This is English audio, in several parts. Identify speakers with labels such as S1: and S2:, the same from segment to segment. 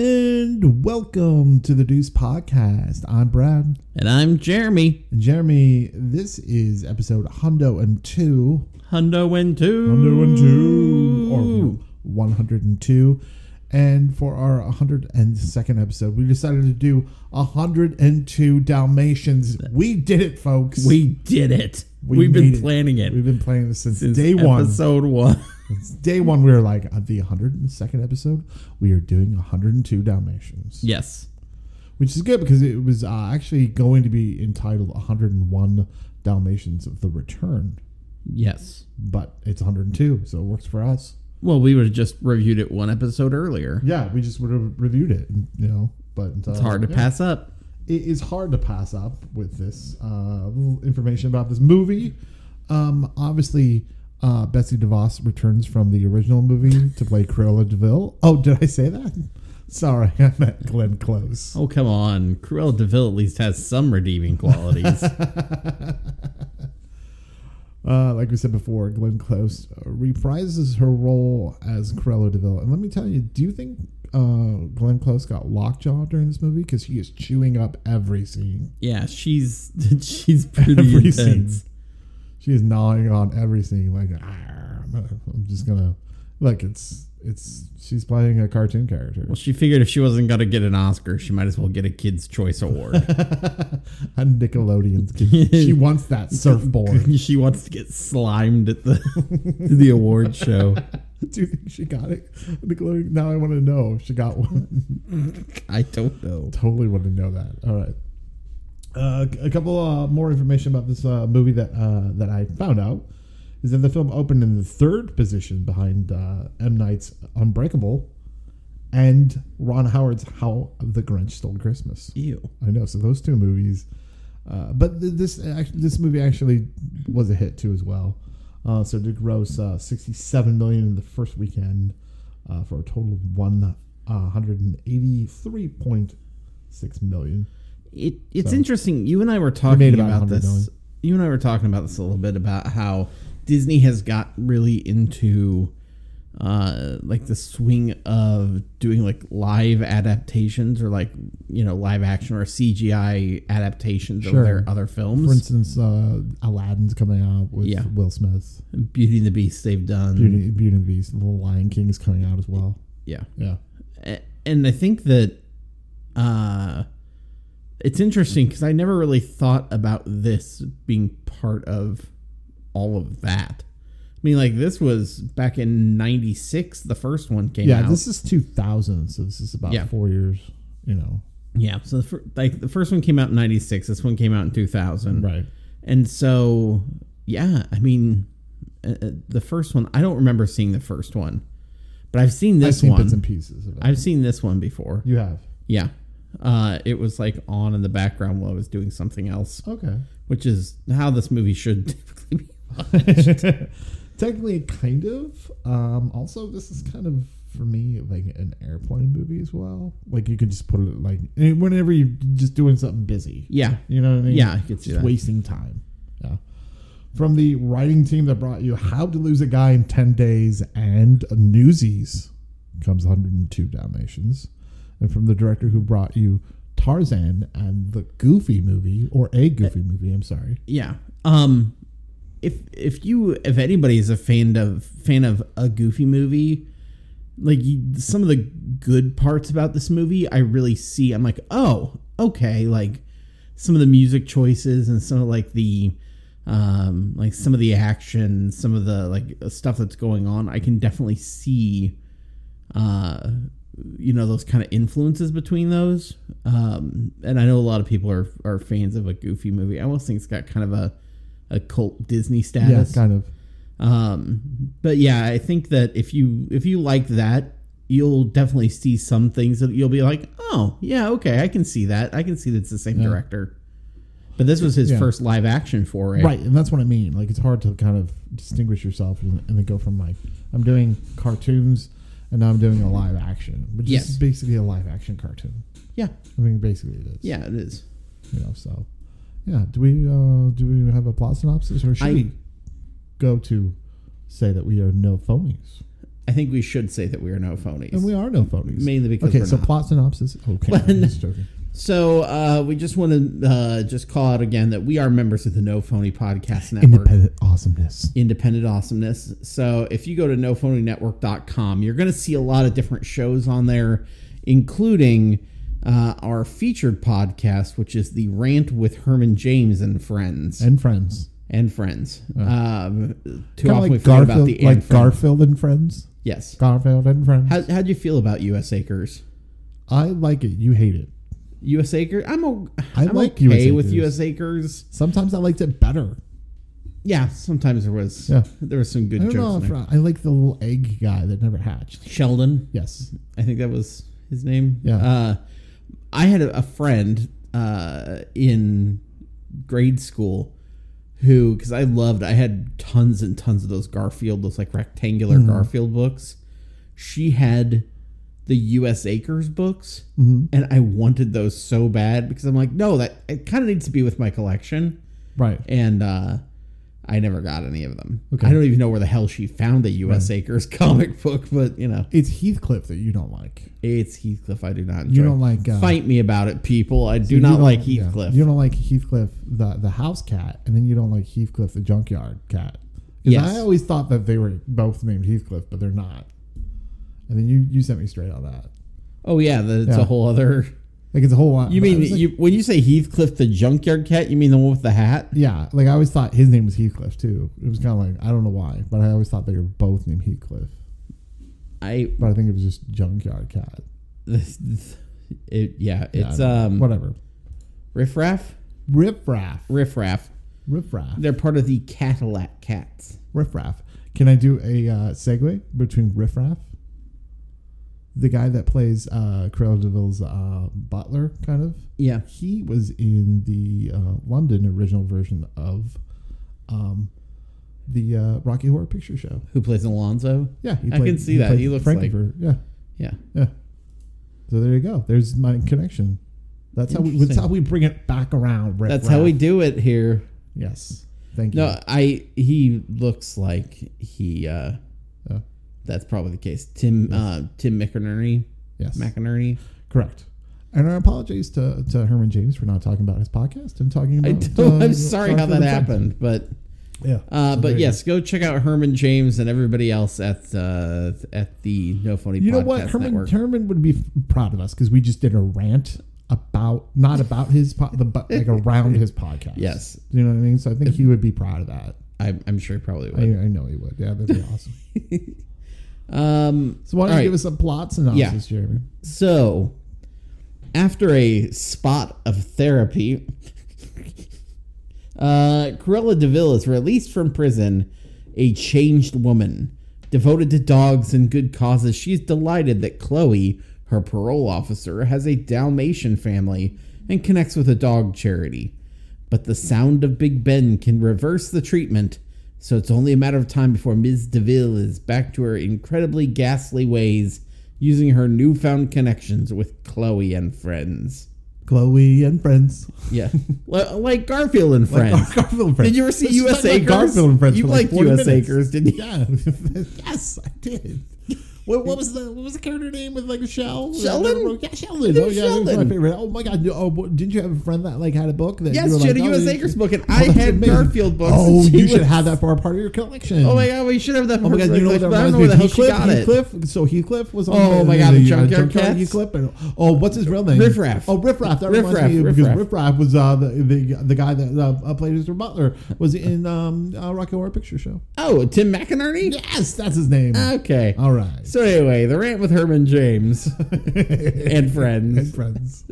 S1: And welcome to the Deuce Podcast. I'm Brad.
S2: And I'm Jeremy.
S1: And Jeremy, this is episode Hundo and Two.
S2: Hundo and two.
S1: Hundo and Two. Or no, 102. And for our 102nd episode, we decided to do 102 Dalmatians. We did it, folks.
S2: We did it.
S1: We
S2: We have
S1: made
S2: been
S1: it.
S2: planning it.
S1: We've been playing this since,
S2: since
S1: day one.
S2: Episode one.
S1: Since day one, we were like, on the 102nd episode, we are doing 102 Dalmatians.
S2: yes.
S1: which is good because it was uh, actually going to be entitled 101 Dalmatians of the Return,
S2: Yes.
S1: but it's 102, so it works for us.
S2: Well, we would have just reviewed it one episode earlier.
S1: Yeah, we just would have reviewed it, you know. But uh,
S2: It's hard to pass up.
S1: It is hard to pass up with this uh, little information about this movie. Um, obviously, uh, Betsy DeVos returns from the original movie to play Cruella Deville. Oh, did I say that? Sorry, I meant Glenn Close.
S2: Oh, come on. Cruella DeVille at least has some redeeming qualities.
S1: Uh, like we said before, Glenn Close uh, reprises her role as Cruella Deville. And let me tell you, do you think uh, Glenn Close got lockjaw during this movie? Because he is chewing up every scene.
S2: yeah, she's she's pretty
S1: Every
S2: intense.
S1: scene. She is gnawing on every scene. Like, "Arr, I'm, gonna- I'm just going to. Like, it's. It's she's playing a cartoon character.
S2: Well, she figured if she wasn't going to get an Oscar, she might as well get a Kids' Choice Award.
S1: A Nickelodeon's kid. she wants that surfboard.
S2: she wants to get slimed at the the award show.
S1: Do you think she got it? Nickelodeon. Now I want to know if she got one.
S2: I don't know.
S1: totally want to know that. All right. Uh, a couple uh, more information about this uh, movie that uh, that I found out is that the film opened in the third position behind uh, M Night's Unbreakable and Ron Howard's How the Grinch Stole Christmas.
S2: Ew.
S1: I know. So those two movies, uh, but th- this act- this movie actually was a hit too as well. Uh, so it did gross uh, sixty seven million in the first weekend uh, for a total of one uh, hundred and eighty three point six million.
S2: It, it's
S1: So-
S2: interesting. You and I were
S1: made
S2: talking
S1: about
S2: about
S1: 100
S2: this.
S1: million.
S2: You and I were talking about this a little bit about how Disney has got really into uh, like the swing of doing like live adaptations or like you know live action or CGI adaptations
S1: Sure.
S2: of their other films.
S1: For instance, uh, Aladdin's coming out with
S2: Yeah.
S1: Will Smith.
S2: Beauty and the Beast, they've done.
S1: Beauty, Beauty and the Beast, The Lion King's coming out as well.
S2: Yeah.
S1: Yeah,
S2: A- and I think that uh, it's interesting because I never really thought about this being part of all of that. I mean, like this was back in '96. The first one came
S1: yeah.
S2: out.
S1: This is two thousand, so this is about
S2: Yeah.
S1: four years. You know,
S2: yeah. So the fir- like the first one came out in '96. This one came out in 2000. And so, yeah. I mean, uh, uh, the first one. I don't remember seeing the first one, but I've seen
S1: I've
S2: this
S1: seen bits
S2: one.
S1: and pieces of it.
S2: I've seen this one before.
S1: you have
S2: Yeah. Uh, it was like on in the background while I was doing something else,
S1: okay.
S2: which is how this movie should typically be.
S1: Technically, kind of. Um, also, this is kind of for me like an airplane movie as well. Like you could just put it like eh, whenever you're just doing something busy.
S2: Yeah.
S1: You know what I mean?
S2: Yeah, I could see
S1: just
S2: that.
S1: wasting time. Yeah. From the writing team that brought you "How to Lose a Guy in Ten Days" and "Newsies" comes 102 Dalmatians, and from the director who brought you Tarzan and the Goofy movie or a
S2: Uh,
S1: Goofy movie. I'm sorry.
S2: Yeah. Um, if if you if anybody is a fan of fan of a goofy movie, like you, some of the good parts about this movie, I really see. I'm like, oh, okay. Like some of the music choices and some of like the um like some of the action, some of the like stuff that's going on. I can definitely see uh you know those kind of influences between those um and i know a lot of people are are fans of a goofy movie i almost think it's got kind of a a cult disney
S1: Yeah,
S2: status
S1: kind of.
S2: um but yeah i think that if you if you like that you'll definitely see some things that you'll be like oh yeah okay i can see that i can see that's the same director but this was his
S1: Yeah.
S2: first live action for it
S1: Right, and that's what I mean. Like it's hard to kind of distinguish yourself and, and then go from like I'm doing cartoons and now I'm doing a live action, which is
S2: Yes.
S1: basically a live action cartoon.
S2: yeah
S1: I mean, basically it is.
S2: yeah it is
S1: You know, so yeah. Do we uh, do we have a plot synopsis or should
S2: I-
S1: we go to say that we are no phonies?
S2: I think we should say that we are no phonies.
S1: And we are no phonies.
S2: Mainly because
S1: okay,
S2: we're
S1: so
S2: not.
S1: plot synopsis. Okay, I'm just joking.
S2: so uh, we just want to uh, just call out again that we are members of the No Phony Podcast Network.
S1: Independent awesomeness.
S2: independent awesomeness. So if you go to nophonynetwork.com, you're going to see a lot of different shows on there, including uh, our featured podcast, which is the Rant with Herman James and Friends and,
S1: And friends.
S2: Friends. Um, too
S1: Kind
S2: often
S1: of
S2: we
S1: like
S2: forget
S1: Garfield,
S2: about the and
S1: like
S2: friends.
S1: Garfield and friends.
S2: Yes.
S1: Garfield and friends.
S2: How how do you feel about U.S. Acres?
S1: I like it. You hate it.
S2: U.S. Acres. I'm o
S1: I
S2: am
S1: like
S2: okay
S1: US
S2: with
S1: Acres.
S2: U.S. Acres.
S1: Sometimes I liked it better.
S2: Yeah. Sometimes there was
S1: Yeah.
S2: there was some
S1: I
S2: good
S1: don't know.
S2: jokes. In
S1: If
S2: there.
S1: I, I like the little egg guy that never hatched.
S2: Sheldon.
S1: Yes.
S2: I think that was his name.
S1: Yeah.
S2: Uh, I had a, a friend uh, in grade school who, because I loved, I had tons and tons of those Garfield, those like rectangular
S1: Mm-hmm.
S2: Garfield books. She had the U.S. Acres books,
S1: Mm-hmm.
S2: and I wanted those so bad because I'm like, no, that it kind of needs to be with my collection,
S1: Right.
S2: and uh, I never got any of them.
S1: Okay.
S2: I don't even know where the hell she found the U.S. Acres comic book, but you know.
S1: It's Heathcliff that you don't like.
S2: It's Heathcliff. I do not. Enjoy.
S1: You don't like, uh,
S2: Fight me about it, people. I do
S1: You
S2: not
S1: don't-
S2: like
S1: yeah.
S2: Heathcliff.
S1: You don't like Heathcliff, the the house cat, and then you don't like Heathcliff, the junkyard cat. 'Cause
S2: Yes.
S1: I always thought that they were both named Heathcliff, but they're not. And then you you sent me straight on that.
S2: Oh yeah, that's
S1: Yeah.
S2: a whole other.
S1: Like it's a whole lot.
S2: You
S1: but I
S2: mean
S1: was like-
S2: you when you say Heathcliff the junkyard cat? You mean the one with the hat?
S1: Yeah, like I always thought his name was Heathcliff too. It was kind of like I don't know why, but I always thought they were both named Heathcliff.
S2: I.
S1: But I think it was just junkyard cat.
S2: This, this- it, yeah,
S1: Yeah, I don't
S2: it's
S1: know.
S2: um
S1: whatever.
S2: riff raff,
S1: Riff raff,
S2: riff raff.
S1: riff raff,
S2: They're part of the Cadillac cats.
S1: riff raff. Can I do a uh, segue between riff raff? The guy that plays uh, Cruella Deville's uh, butler, kind of.
S2: Yeah.
S1: He was in the uh, London original version of um, the uh, Rocky Horror Picture Show.
S2: Who plays Alonzo?
S1: Yeah, he
S2: I can see that.
S1: played
S2: He looks
S1: Frankenfur- yeah.
S2: Yeah.
S1: Yeah. So there you go. There's my connection. That's how we. That's
S2: Interesting.
S1: how we bring it back around. Riff
S2: That's how we
S1: Raff.
S2: do it here.
S1: Yes. Thank you.
S2: No, I. He looks like he. uh
S1: Yeah.
S2: That's probably the case. Tim uh, Tim McInerney.
S1: yes.
S2: McInerney.
S1: Correct. And our apologies to, to Herman James for not talking about his podcast and talking
S2: I
S1: about.
S2: don't,
S1: uh,
S2: I'm sorry how
S1: Garfield
S2: that
S1: and Friends.
S2: happened, but
S1: Yeah.
S2: uh,
S1: So there
S2: but
S1: you
S2: yes, go check out Herman James and everybody else at uh, at the No Phony
S1: go. You
S2: Podcast
S1: know what? Herman
S2: Network.
S1: Herman would be f- proud of us because we just did a rant about not about his po- the but like around his podcast.
S2: Yes.
S1: You know what I mean? So I think he would be proud of that.
S2: I'm, I'm sure he probably
S1: I,
S2: would.
S1: I know he would. Yeah, that'd be awesome.
S2: Um,
S1: So why don't you
S2: All right.
S1: give us a plot synopsis, Jeremy?
S2: so after a spot of therapy, uh, Cruella Deville is released from prison, a changed woman. Devoted to dogs and good causes, she's delighted that Chloe, her parole officer, has a Dalmatian family and connects with a dog charity. But the sound of Big Ben can reverse the treatment, so it's only a matter of time before Ms. Deville is back to her incredibly ghastly ways using her newfound connections with Chloe and friends.
S1: Chloe and friends.
S2: Yeah. Li- like Garfield and friends.
S1: Garfield and friends.
S2: Did you ever see
S1: Let's talk
S2: US
S1: about
S2: Acres?
S1: Garfield and friends.
S2: You
S1: for like
S2: liked
S1: 40
S2: US
S1: minutes.
S2: Acres, didn't you?
S1: Yeah. yes, I did. What, what was the what was the character name with like a shell?
S2: Sheldon?
S1: Yeah, Sheldon.
S2: It
S1: Oh
S2: was
S1: yeah, that was my
S2: Sheldon.
S1: favorite. Oh my god. no, Oh, what- didn't you have a friend that like had a book that?
S2: Yes,
S1: you were
S2: she
S1: like,
S2: had a
S1: oh,
S2: US
S1: you-
S2: Acres book, and
S1: oh,
S2: I
S1: that's
S2: had
S1: amazing.
S2: Garfield books,
S1: Oh,
S2: and she
S1: you should
S2: was-
S1: have that for a part of your collection.
S2: Oh my god, we should have that.
S1: Oh my god, you know what that
S2: I
S1: reminds
S2: don't know
S1: me of
S2: where the hell she got
S1: Heathcliff.
S2: it.
S1: Heathcliff. So Heathcliff was on
S2: Oh
S1: the,
S2: my God, the
S1: uh,
S2: Junkyard Cats?
S1: Heathcliff. And, oh, what's his real name?
S2: Riff Raff.
S1: Oh, Riff Raff. That
S2: Riff
S1: reminds
S2: Raff,
S1: me
S2: Riff
S1: because
S2: Raff.
S1: Riff Raff was uh, the, the the guy that uh, played Mr. Butler was in um, uh, Rocky Horror Picture Show.
S2: Oh, Tim McInerney?
S1: Yes, that's his name.
S2: Okay.
S1: All right,
S2: Uh, So anyway, the rant with Herman James and
S1: and
S2: friends.
S1: friends.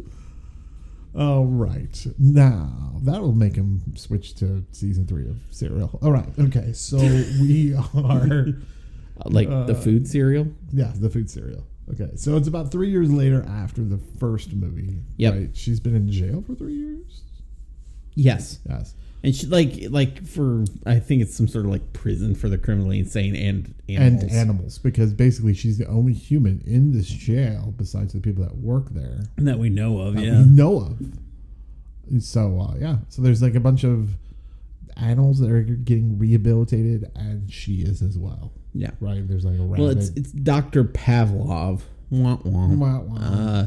S1: All right, now that'll make him switch to season three of Serial. All right, okay, so we are.
S2: Like the food cereal?
S1: Yeah, the food cereal. Okay, so it's about three years later after the first movie.
S2: Yep.
S1: She's been in jail for three years.
S2: Yes.
S1: Yes.
S2: And she like like for I think it's some sort of like prison for the criminally insane and
S1: And
S2: animals.
S1: animals, because basically she's the only human in this jail besides the people that work there
S2: that we know of,
S1: that
S2: yeah.
S1: we know of. So uh, yeah, so there's like a bunch of animals that are getting rehabilitated, and she is as well.
S2: Yeah.
S1: Right? There's like a rabbit.
S2: Well, it's it's Doctor Pavlov. Womp womp.
S1: Wah, wah.
S2: Uh,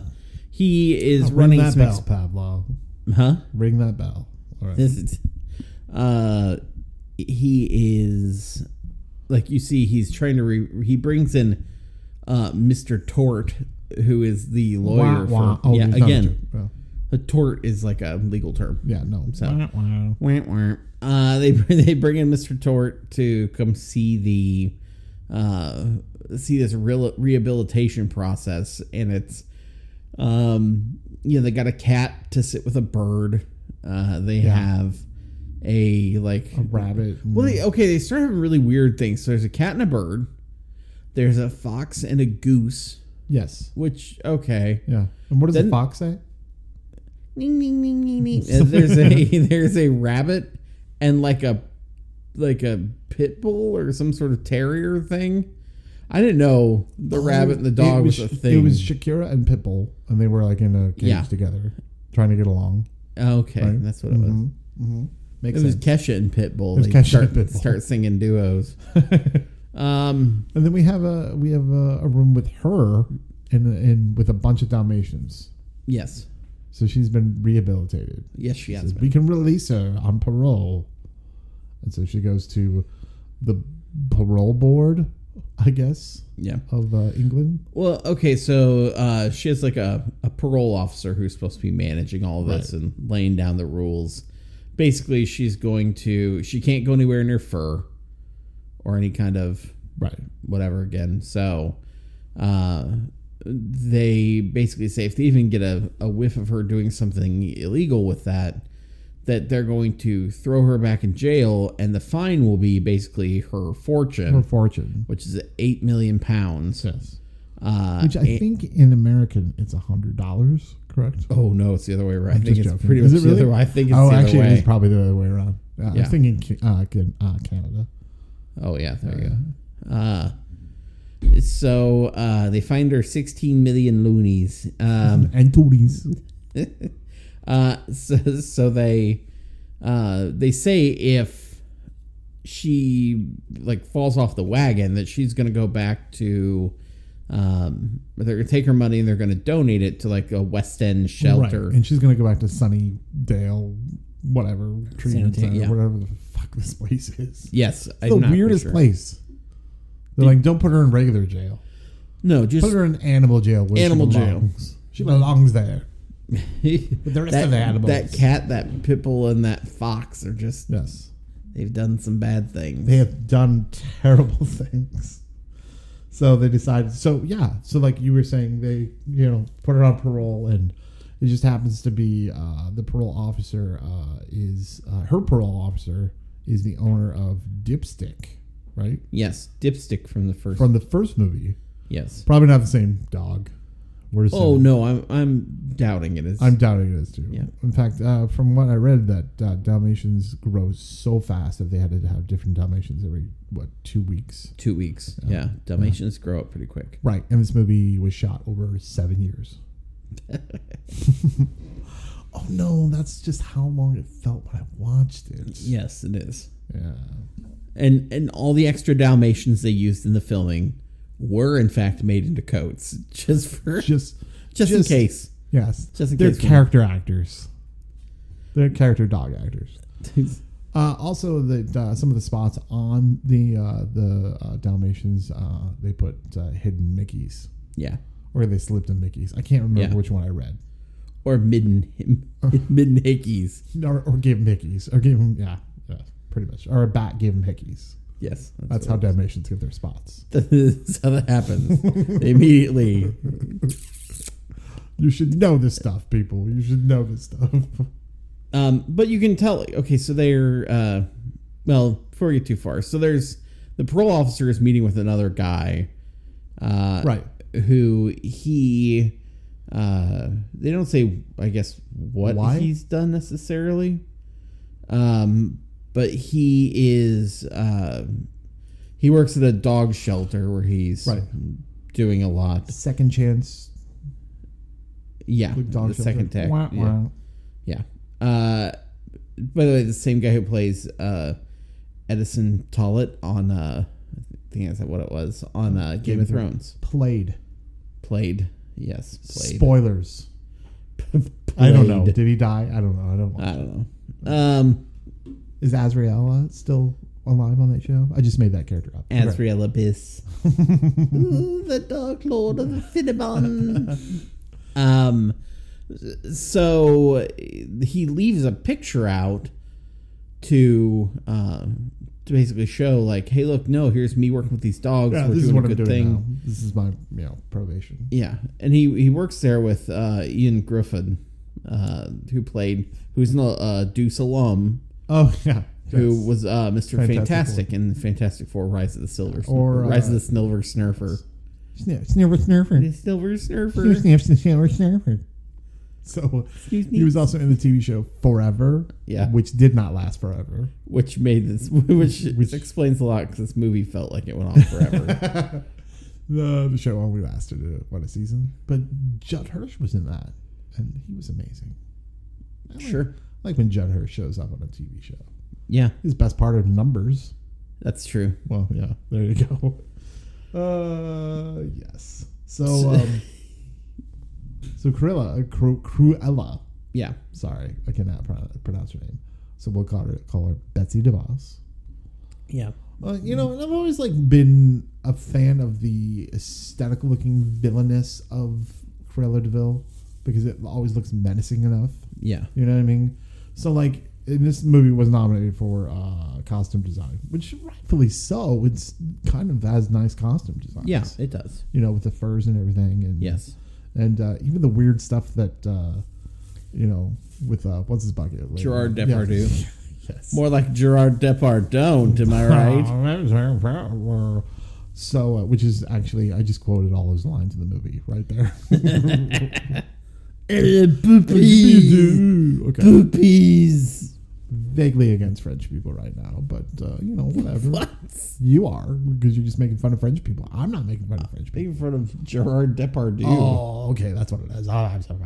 S2: he is
S1: Ring
S2: running
S1: that
S2: some
S1: bell,
S2: ex-
S1: Pavlov.
S2: huh?
S1: Ring that bell. All right.
S2: This is, uh, he is like you see. He's trying to re- he brings in uh, Mister Tort, who is the lawyer.
S1: Wah, wah.
S2: For,
S1: Oh,
S2: yeah,
S1: there's another
S2: again,
S1: joke. Well,
S2: a tort is like a legal term.
S1: yeah, no.
S2: So-
S1: Wah, wah.
S2: Wah, wah. Uh, they br- they bring in Mr. Tort to come see the uh, see this real rehabilitation process, and it's um, you know they got a cat to sit with a bird. Uh, they have a like
S1: A rabbit.
S2: well, they, okay, they start having really weird things. So there's a cat and a bird. There's a fox and a goose,
S1: yes.
S2: which okay.
S1: Yeah. And what does
S2: Then-
S1: the fox say?
S2: Ning, ning, ning, ning, ning. Uh, there's a there's a rabbit and like a like a pit bull or some sort of terrier thing. I didn't know the rabbit and the dog
S1: Oh, It
S2: was, a thing.
S1: It was Shakira and Pitbull, and they were like in a cage
S2: Yeah.
S1: together, trying to get along.
S2: okay, that's what it was.
S1: Mhm. Mhm. Makes
S2: Mm-hmm. It was
S1: sense.
S2: Kesha and Pitbull.
S1: was
S2: They
S1: Kesha
S2: start,
S1: and Pitbull.
S2: start singing duos. um,
S1: And then we have a we have a, a room with her and and with a bunch of Dalmatians.
S2: yes,
S1: So she's been rehabilitated.
S2: yes, she has.
S1: Says,
S2: been.
S1: we can release her on parole. And so she goes to the parole board, I guess,
S2: Yeah.
S1: of uh, England.
S2: Well, okay, so uh, she has like a, a parole officer who's supposed to be managing all of this and laying down the rules. Basically, she's going to she can't go anywhere in her fur or any kind of
S1: Right.
S2: whatever again. So uh, they basically say if they even get a, a whiff of her doing something illegal with that, that they're going to throw her back in jail, and the fine will be basically her fortune,
S1: Her fortune.
S2: which is eight million pounds.
S1: Yes.
S2: Uh,
S1: Which I
S2: and-
S1: think in American it's a hundred dollars, correct?
S2: Oh no, it's the other way around. I think
S1: Just
S2: it's
S1: joking.
S2: pretty much
S1: Is it
S2: the other
S1: really?
S2: way. I think it's
S1: oh,
S2: the other
S1: actually,
S2: way.
S1: it is probably the other way around. Yeah, I
S2: Yeah.
S1: was thinking Ca- uh, Can- uh, Canada.
S2: oh yeah, there you go. Uh, so uh, they find her 16 million loonies. Um,
S1: and Tories.
S2: uh, so, so they uh, they say if she like falls off the wagon that she's going to go back to um, they're going to take her money and they're going to donate it to like a West End shelter.
S1: Right. And she's going to go back to Sunnydale, whatever, treatment
S2: Sanita-
S1: center,
S2: yeah.
S1: whatever the fuck this place is.
S2: Yes,
S1: It's the weirdest place. They're like, don't put her in regular jail.
S2: No, just
S1: Put her in animal jail. Where animal
S2: Animal
S1: she
S2: jail.
S1: belongs. jail. She belongs there. the rest
S2: that,
S1: of the animals.
S2: That cat, that pitbull, and that fox are just,
S1: Yes.
S2: they've done some bad things.
S1: They have done terrible things. So they decided. So yeah. So like you were saying, they you know put her on parole, and it just happens to be uh, the parole officer uh, is uh, her parole officer is the owner of Dipstick, right?
S2: yes, dipstick from the first.
S1: From the first movie.
S2: yes.
S1: Probably not the same dog. We're assuming.
S2: Oh, no, I'm, I'm doubting it. It's,
S1: I'm doubting it is too.
S2: Yeah.
S1: In fact, uh, from what I read, that uh, Dalmatians grow so fast that they had to have different Dalmatians every what two weeks.
S2: two weeks.
S1: Oh.
S2: Yeah. Dalmatians grow up pretty quick.
S1: Right, and this movie was shot over seven years. oh no, that's just how long it felt when I watched it.
S2: Yes, it is.
S1: Yeah.
S2: And, and all the extra Dalmatians they used in the filming were, in fact, made into coats just for, just,
S1: Just,
S2: in case.
S1: Yes.
S2: Just in
S1: They're
S2: case we-
S1: character actors. They're character dog actors. Uh, also, that uh, some of the spots on the uh, the uh, Dalmatians, uh, they put uh, hidden Mickey's,
S2: yeah.
S1: or they slipped in Mickey's. I can't remember
S2: Yeah.
S1: which one I read.
S2: Or midden, midden hickeys.
S1: Or, or gave him Mickey's, or gave him yeah, yeah, pretty much. Or a bat gave him Mickey's.
S2: Yes.
S1: That's how Dalmatians get their spots.
S2: That's how that happens. They immediately.
S1: You should know this stuff, people. You should know this stuff.
S2: Um, but you can tell. Okay, so they're. Uh, well, before we get too far, so there's the parole officer is meeting with another guy. Uh,
S1: Right.
S2: Who he. Uh, they don't say, I guess, what
S1: Why?
S2: he's done necessarily. Um, but he is. Uh, he works at a dog shelter where he's
S1: Right.
S2: doing a lot.
S1: Second chance,
S2: Yeah,
S1: like dog
S2: the second
S1: shelter.
S2: tech.
S1: Wah,
S2: Yeah.
S1: wah.
S2: Yeah. Uh, by the way, the same guy who plays uh, Edison Tollett on uh, I think that's what it was on uh, Game, of
S1: Mm-hmm.
S2: Thrones.
S1: Played.
S2: Played, yes, played.
S1: Spoilers. I don't know.
S2: Played.
S1: Did he die? I don't know. I don't.
S2: I don't know. Um,
S1: Is Azrael uh, still alive on that show? I just made that character up.
S2: Azrael Abyss, Ooh, the Dark Lord of the Cinnabon. um, so he leaves a picture out to um to basically show like, hey, look, no, here's me working with these dogs.
S1: Yeah,
S2: We're
S1: this
S2: doing
S1: is what
S2: a
S1: I'm
S2: good
S1: doing
S2: thing.
S1: now. This is my you know probation.
S2: Yeah, and he he works there with uh, Ian Griffin, uh, who played who's an uh, Deuce alum,
S1: Oh yeah.
S2: who
S1: Yes.
S2: was uh, Mister
S1: Fantastic
S2: Fantastic, in Fantastic Four: Rise of the Silver Sn-
S1: Or, uh,
S2: Rise of the Silver Snurfer.
S1: Snif- sniffer sniffer.
S2: Silver Snurfer.
S1: Snif- snif- sniffer sniffer. So
S2: Excuse me.
S1: he was also in the TV show Forever,
S2: Yeah.
S1: which did not last forever.
S2: which made this, which,
S1: Which-
S2: explains a lot because this movie felt like it went on forever.
S1: The, the show only lasted uh, what a season, but Judd Hirsch was in that, and he was amazing. I like-
S2: sure.
S1: I like when Judd Hirsch shows up on a TV show.
S2: Yeah,
S1: His best part of Numbers.
S2: that's true.
S1: Well, yeah, there you go. Uh, yes. So, um, so Cruella, uh, Cru- Cruella.
S2: Yeah,
S1: Sorry, I cannot pro- pronounce her name. So we'll call her call her Betsy DeVos.
S2: yeah,
S1: Uh, you know, and I've always like been a fan of the aesthetic looking villainess of Cruella Deville because it always looks menacing enough.
S2: yeah,
S1: You know what I mean? So like, and this movie was nominated for uh, costume design, which rightfully so. It's kind of has nice costume designs.
S2: yeah. It does.
S1: You know, with the furs and everything, and
S2: Yes.
S1: and uh, even the weird stuff that uh, you know with uh, what's his bucket
S2: Gerard
S1: Yeah.
S2: Depardieu.
S1: yes.
S2: More like Gerard Depardieu, am I right?
S1: So, uh, which is actually, I just quoted all those lines in the movie right there.
S2: Uh, Poopies.
S1: okay.
S2: Poopies.
S1: Vaguely against French people right now, but uh, you know, whatever.
S2: What?
S1: You are because you're just making fun of French people. I'm not making fun of French people.
S2: Making fun of Gerard Depardieu.
S1: Oh, okay, that's what it is. Oh, I'm sorry.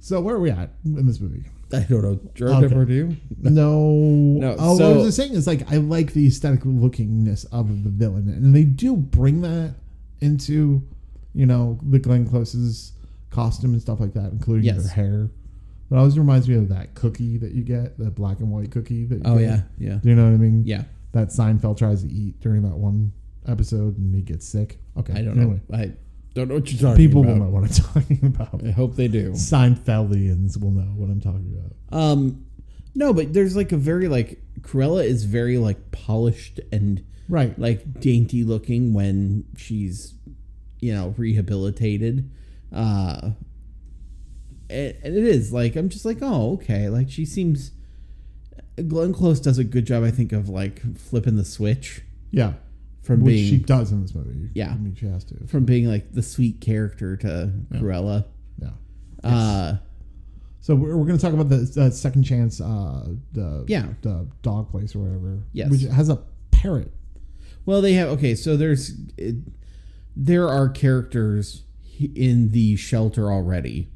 S1: So where are we at in this movie?
S2: I don't know. Gerard
S1: Okay.
S2: Depardieu?
S1: No.
S2: No,
S1: Oh, what I
S2: so-
S1: was just saying is like I like the aesthetic lookingness of the villain, and they do bring that into, you know, the Glenn Close's costume and stuff like that, including
S2: Yes.
S1: her hair. But always reminds me of that cookie that you get, the black and white cookie that. You
S2: Oh,
S1: get.
S2: yeah. Yeah.
S1: Do you know what I mean?
S2: Yeah.
S1: That Seinfeld tries to eat during that one episode, and he gets sick. Okay,
S2: I don't know. I don't know what you're talking
S1: People
S2: about.
S1: will know what I'm talking about.
S2: I hope they do.
S1: Seinfeldians will know what I'm talking about.
S2: Um, no, but there's like a very, like, Cruella is very, like, polished and,
S1: Right.
S2: like, dainty looking when she's, you know, rehabilitated. Uh, it, it is like I'm just like oh okay like she seems Glenn Close does a good job I think of like flipping the switch
S1: Yeah.
S2: from
S1: Which
S2: being
S1: she does in this movie.
S2: Yeah.
S1: I mean, she has to.
S2: from being like the sweet character to Cruella.
S1: Yeah.
S2: Uh,
S1: So we're, we're going to talk about the uh, second chance, uh, the
S2: Yeah.
S1: the dog place or whatever.
S2: Yes.
S1: Which has a parrot.
S2: well, they have okay. So there's it, there are characters h- in the shelter already.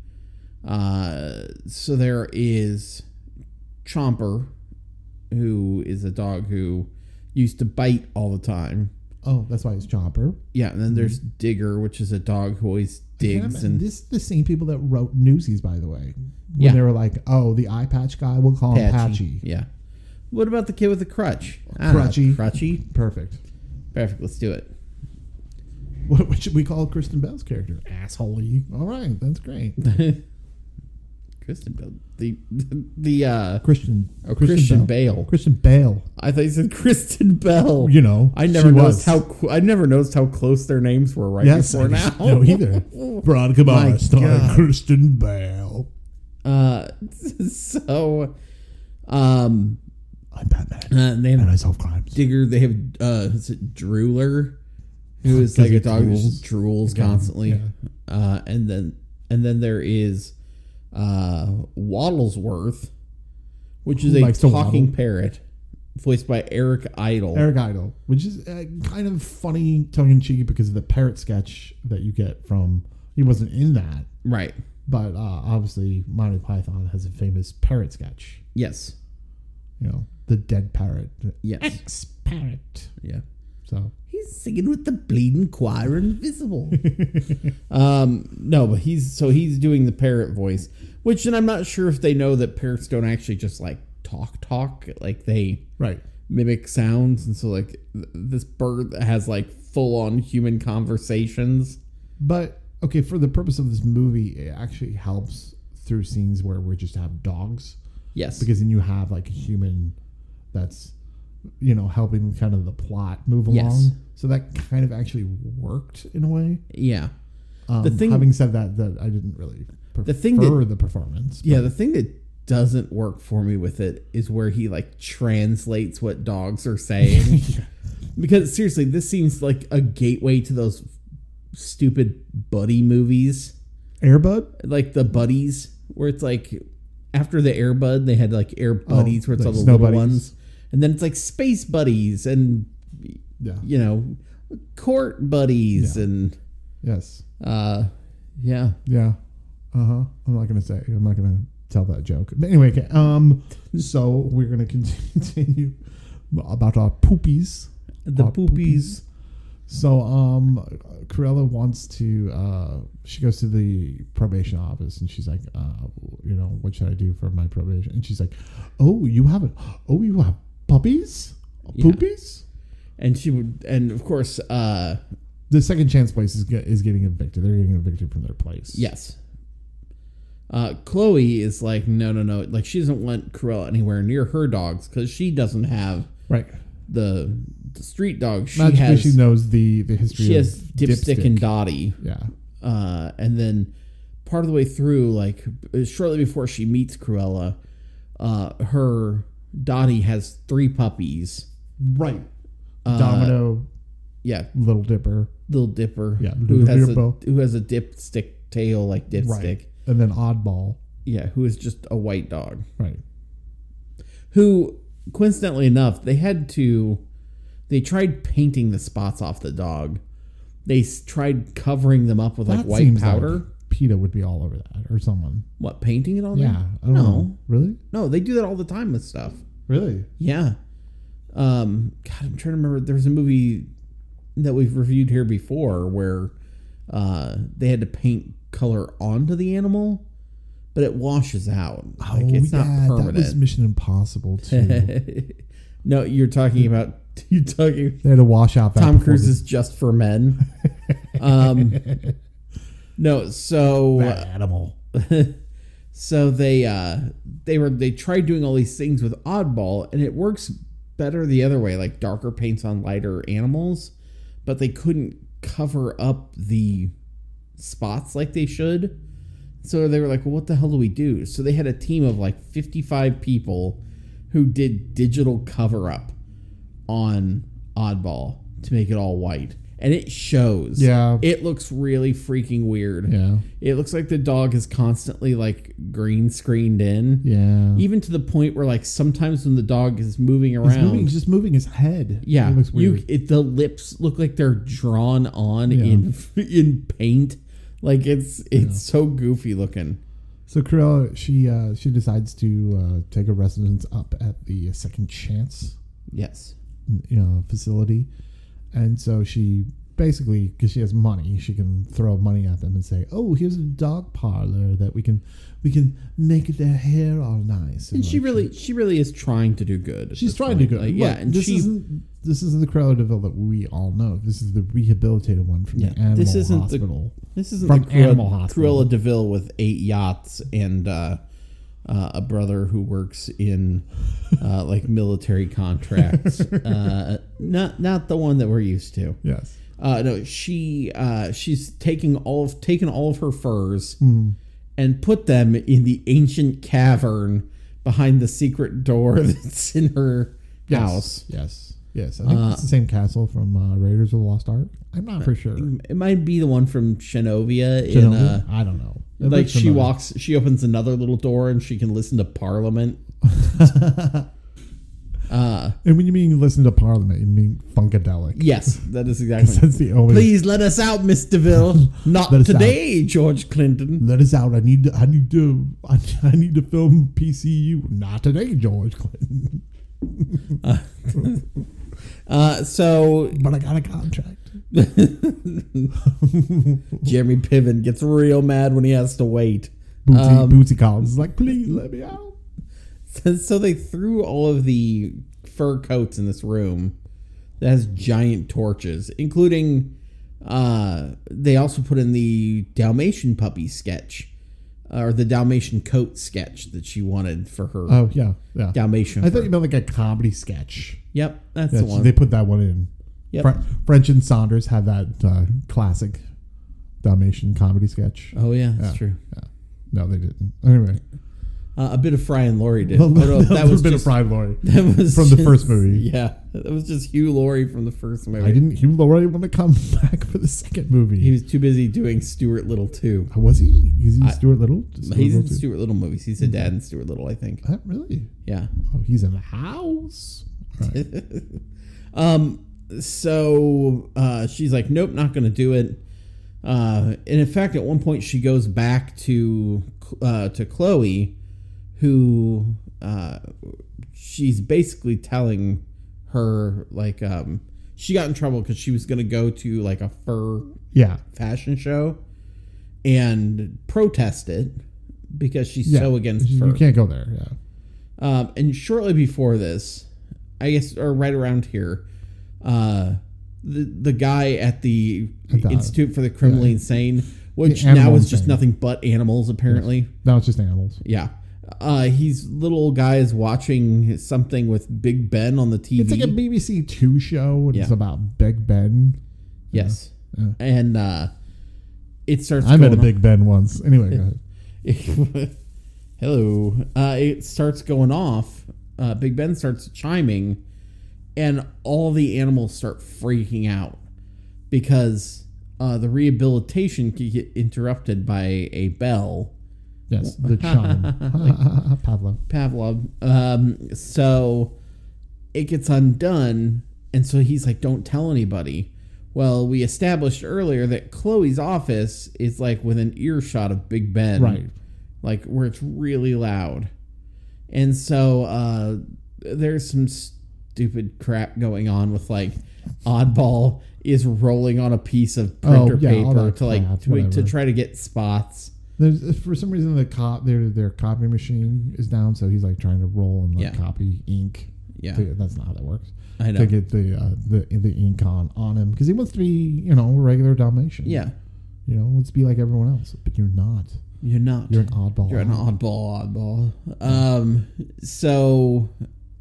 S2: Uh, so there is Chomper, who is a dog who used to bite all the time.
S1: Oh, that's why it's Chomper.
S2: Yeah, and then there's
S1: Mm-hmm.
S2: Digger, which is a dog who always digs
S1: And
S2: and
S1: this the same people that wrote Newsies, by the way. When
S2: Yeah.
S1: they were like, oh, the eye patch guy, we'll call him Patchy.
S2: Yeah. What about the kid with the crutch? I don't know,
S1: Crutchy.
S2: Crutchy.
S1: Perfect.
S2: Perfect. Let's do it.
S1: What, what should we call Kristen Bell's character? Assholey. All right, that's great.
S2: Kristen Bell. The the uh
S1: Christian.
S2: oh, Christian Bale.
S1: Christian Bale.
S2: I thought you said Kristen Bell.
S1: You know,
S2: I never
S1: she was.
S2: noticed how cl- I never noticed how close their names were right
S1: Yes,
S2: before
S1: I
S2: now.
S1: just know either. Veronica Mars starring
S2: God.
S1: Kristen Bale.
S2: Uh, so, um,
S1: I'm Batman.
S2: uh, they
S1: And
S2: have
S1: I solve crimes.
S2: Digger. They have uh, is it Drooler, who is like
S1: he
S2: a dog who just drools constantly.
S1: yeah.
S2: Uh, and then and then there is uh Waddlesworth, which is
S1: Who
S2: a
S1: likes to
S2: talking
S1: waddle.
S2: parrot, voiced by Eric Idle.
S1: Eric Idle, which is uh, kind of funny, tongue in cheek, because of the parrot sketch that you get from. He wasn't in that,
S2: Right.
S1: But uh, obviously, Monty Python has a famous parrot sketch.
S2: Yes.
S1: You know, the dead parrot.
S2: Yes.
S1: Ex parrot.
S2: Yeah.
S1: So
S2: He's singing with the bleeding choir invisible. um, no, but he's so he's doing the parrot voice, which and I'm not sure if they know that parrots don't actually just like talk talk, like they
S1: right.
S2: mimic sounds, and so like th- this bird that has like full on human conversations.
S1: But okay, for the purpose of this movie, it actually helps through scenes where we just have dogs
S2: Yes,
S1: because then you have like a human that's you know helping kind of the plot move along.
S2: Yes.
S1: So that kind of actually worked in a way.
S2: yeah,
S1: Um,
S2: The thing-
S1: having said that, that I didn't really prefer the,
S2: thing that-
S1: performance.
S2: yeah. The thing that doesn't work for me with it is where he like translates what dogs are saying.
S1: yeah.
S2: Because seriously, this seems like a gateway to those stupid buddy movies,
S1: Airbud.
S2: like the buddies, where it's like after the Air Bud, they had like Air Buddies, where it's
S1: Oh, like
S2: all the
S1: Snow
S2: little
S1: Buddies.
S2: ones, and then it's like Space Buddies, and
S1: Yeah.
S2: you know, Court Buddies, and
S1: Yes.
S2: uh, yeah,
S1: Yeah. Uh huh. I'm not gonna say. I'm not gonna tell that joke. But anyway, okay. Um. So we're gonna continue about our poopies.
S2: the
S1: Our
S2: poopies.
S1: So um, Corella wants to. Uh, she goes to the probation office and she's like, uh, you know, what should I do for my probation? And she's like, oh, you have a, oh, you have puppies,
S2: Yeah.
S1: poopies.
S2: and she would, and of course, uh,
S1: The second chance place is get, is getting evicted. They're getting evicted from their place.
S2: Yes. Uh, Chloe is like, no, no, no. Like, she doesn't want Cruella anywhere near her dogs because she doesn't have
S1: Right.
S2: the, the street dogs. She
S1: Magically,
S2: has,
S1: she knows the the history.
S2: she
S1: of
S2: has Dipstick, and Dottie.
S1: yeah.
S2: Uh, and then part of the way through, like, uh, shortly before she meets Cruella, uh, her Dottie has three puppies.
S1: Right.
S2: Uh,
S1: Domino,
S2: Yeah,
S1: Little Dipper,
S2: Little Dipper,
S1: Yeah,
S2: who
S1: Little
S2: has a,
S1: Dipper.
S2: who has a dipstick tail like dipstick.
S1: and then Oddball.
S2: Yeah, who is just a white dog.
S1: Right.
S2: who coincidentally enough they had to they tried painting the spots off the dog they s- tried covering them up with like
S1: That
S2: white
S1: seems
S2: powder
S1: Like PETA would be all over that, or someone.
S2: what painting it on
S1: Yeah.
S2: there?
S1: I don't
S2: no
S1: know. Really?
S2: no they do that all the time with stuff
S1: Really?
S2: yeah um god i'm trying to remember there was a movie that we've reviewed here before where uh they had to paint color onto the animal but it washes out Oh, like it's not permanent
S1: Oh, That was Mission Impossible too.
S2: no, you're talking about you talking
S1: they had to wash out that.
S2: Tom
S1: before
S2: Cruise is just for men. Um, no, so
S1: the- that animal.
S2: so they uh, they were they tried doing all these things with Oddball, and it works better the other way, like darker paints on lighter animals, but they couldn't cover up the spots like they should. So they were like, "Well, what the hell do we do?" So they had a team of like 55 people who did digital cover up on Oddball to make it all white, and it shows.
S1: Yeah.
S2: it looks really freaking weird.
S1: Yeah.
S2: It looks like the dog is constantly like green screened in.
S1: Yeah.
S2: Even to the point where like sometimes when the dog is moving around,
S1: He's moving, he's just moving his head.
S2: yeah,
S1: It looks weird.
S2: you it, the lips look like they're drawn on in in paint. Like it's it's so goofy looking.
S1: so Cruella, she uh, she decides to uh, take a residence up at the uh, Second Chance
S2: Yes.
S1: you know, facility. And so she basically, because she has money, she can throw money at them and say, "Oh, here's a dog parlor that we can we can make their hair all nice."
S2: And she
S1: like,
S2: really she really is trying to do good. at
S1: she's
S2: this
S1: trying
S2: point.
S1: to go.
S2: Like, yeah,
S1: Look,
S2: and
S1: this
S2: she
S1: isn't this isn't the Cruella Deville that we all know. This is the rehabilitated one from
S2: Yeah,
S1: the animal
S2: this isn't the-
S1: hospital.
S2: this isn't
S1: from
S2: the Cruella,
S1: Animal Hospital.
S2: Cruella Deville with eight yachts and uh, uh, a brother who works in uh, like military contracts. uh, not not the one that we're used to.
S1: yes.
S2: Uh, no, she uh, she's taking all of taken all of her furs
S1: Hmm.
S2: and put them in the ancient cavern behind the secret door that's in her house.
S1: Yes. Yes. I think it's the same castle from uh, Raiders of the Lost Ark. I'm not for sure.
S2: It might be the one from Shenovia in uh,
S1: I don't know. It
S2: like
S1: looks
S2: she
S1: familiar.
S2: walks she opens another little door and she can listen to parliament
S1: And when you mean listen to Parliament, you mean funkadelic.
S2: Yes, that is
S1: 'Cause
S2: exactly.
S1: That's the only.
S2: Please let us out, Mister Deville. Not
S1: Let us out.
S2: today, George Clinton.
S1: Let us out. I need. To, I need to. I, I need to film PCU. Not today, George Clinton.
S2: Uh, so
S1: But I got a contract.
S2: Jeremy Piven gets real mad when he has to wait.
S1: Bootsy,
S2: Um,
S1: Bootsy Collins is like, please let me out.
S2: So they threw all of the fur coats in this room that has giant torches, including. Uh, they also put in the Dalmatian puppy sketch, uh, or the Dalmatian coat sketch that she wanted for her
S1: Oh yeah, yeah.
S2: Dalmatian.
S1: I
S2: fur.
S1: thought you meant like a comedy sketch.
S2: Yep, that's
S1: That's-
S2: the one.
S1: they put that one in.
S2: Yep.
S1: Fre- French and Saunders had that uh, classic Dalmatian comedy sketch.
S2: oh yeah, that's
S1: Yeah.
S2: true.
S1: Yeah. No, they didn't. Anyway,
S2: Uh, a bit of Fry and Laurie did.
S1: Well,
S2: Oh, no, that was
S1: a bit
S2: just,
S1: of Pride Laurie.
S2: That was
S1: from the
S2: just-
S1: first movie.
S2: Yeah, that was just Hugh Laurie from the first movie.
S1: I didn't. Hugh Laurie want to come back for the second movie. Uh,
S2: He was too busy doing Stuart Little too.
S1: was he? Is he Stuart Little? Stuart
S2: He's in
S1: Little too?
S2: Stuart Little movies. He's a dad in Stuart Little, I think.
S1: Huh, really?
S2: Yeah.
S1: Oh, he's in the house. All right.
S2: Um. So uh, she's like, nope, not going to do it. Uh, and in fact, at one point, she goes back to uh, to Chloe, who uh, she's basically telling her like um, she got in trouble because she was going to go to like a fur
S1: yeah.
S2: fashion show and protest it because she's
S1: Yeah.
S2: so against
S1: you,
S2: fur.
S1: you can't go there. Yeah.
S2: Um, and shortly before this, I guess, or right around here, uh, the the guy at the
S1: At the-
S2: Institute for the Criminally Insane, which
S1: The
S2: now
S1: animal
S2: is just
S1: insane.
S2: nothing but animals, apparently.
S1: No, it's just animals.
S2: Yeah. Uh, he's little guy is watching something with Big Ben on the TV.
S1: It's like a BBC Two show, and it's
S2: Yeah.
S1: about Big Ben.
S2: yes,
S1: Yeah.
S2: and uh, it starts.
S1: I met a
S2: going on-
S1: Big Ben once. Anyway, go ahead.
S2: Hello. Uh, it starts going off. Uh, Big Ben starts chiming, and all the animals start freaking out because uh, the rehabilitation could get interrupted by a bell.
S1: yes, the chime. Pablo.
S2: Pavlov. Um, so it gets undone, and so he's like, "Don't tell anybody." Well, we established earlier that Chloe's office is like within earshot of Big Ben,
S1: Right.
S2: Like where it's really loud, and so uh, there's some stupid crap going on with like oddball is rolling on a piece of
S1: Oh,
S2: printer
S1: yeah, all
S2: paper
S1: that
S2: to like
S1: crap,
S2: to, to
S1: whatever.
S2: try to get spots.
S1: There's, for some reason, the cop their their copy machine is down, so he's like trying to roll and like
S2: Yeah.
S1: copy ink.
S2: Yeah.
S1: To- that's not how that works.
S2: I know.
S1: To get the uh, the the ink on on him because he wants to be you know a regular Dalmatian.
S2: Yeah,
S1: You know, wants to be like everyone else, but you're not.
S2: you're not.
S1: You're an oddball.
S2: You're an oddball, oddball. Um, so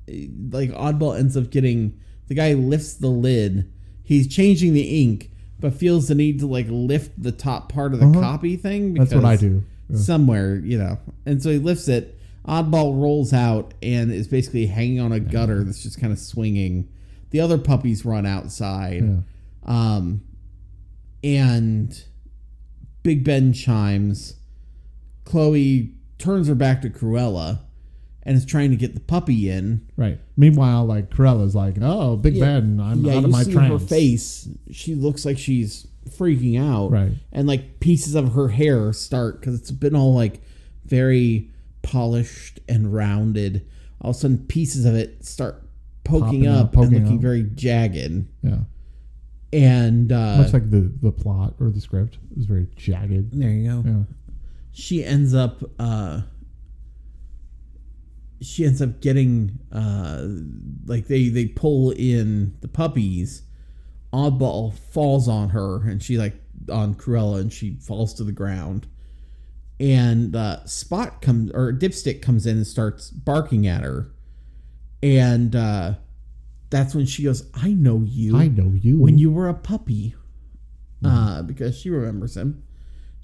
S2: like oddball ends up getting the guy lifts the lid. He's changing the ink, but feels the need to like lift the top part of the
S1: Uh-huh.
S2: copy thing. Because
S1: That's what I do. Yeah.
S2: Somewhere, you know, and so he lifts it. Oddball rolls out and is basically hanging on a gutter that's just kind of swinging. The other puppies run outside.
S1: Yeah.
S2: Um, and Big Ben chimes. Chloe turns her back to Cruella and is trying to get the puppy in.
S1: Right. Meanwhile, like Corella's like, oh, Big
S2: Yeah.
S1: Ben, I'm
S2: yeah,
S1: out
S2: you
S1: of my
S2: see
S1: trance.
S2: her face. She looks like she's freaking out.
S1: Right.
S2: And like pieces of her hair start because it's been all like very polished and rounded. All of a sudden, pieces of it start poking
S1: Popping
S2: up,
S1: up, poking
S2: and looking
S1: up.
S2: very jagged.
S1: Yeah.
S2: And uh,
S1: Much like the the plot or the script it was very jagged.
S2: there you go.
S1: Yeah.
S2: she ends up uh she ends up getting uh like they they pull in the puppies oddball falls on her and she like on cruella and she falls to the ground and uh spot comes or dipstick comes in and starts barking at her and uh that's when she goes i know you
S1: I know you.
S2: when you were a puppy uh, because she remembers him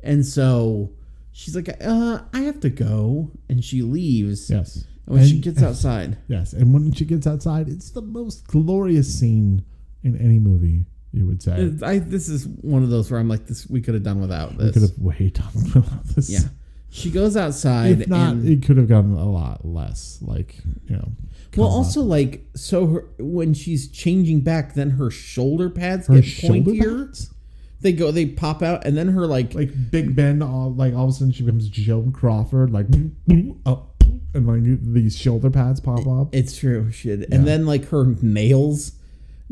S2: and so she's like uh, i have to go and she leaves
S1: Yes.
S2: and when she
S1: And-
S2: gets outside
S1: Yes, and when she gets outside, it's the most glorious scene in any movie. You would say
S2: I, this is one of those where i'm like this we could have done without
S1: we could
S2: this
S1: have waited on this.
S2: yeah She goes outside.
S1: If not,
S2: and,
S1: it could have gotten a lot less. Like you know,
S2: well,
S1: come
S2: also
S1: on.
S2: like so her, when she's changing back, then her shoulder pads
S1: Her
S2: get
S1: shoulder
S2: pointier.
S1: pads?
S2: They go, they pop out, and then her like,
S1: like Big Ben, all like all of a sudden she becomes Joan Crawford, like up, and like these shoulder pads pop up.
S2: it's true shit, and then like her nails.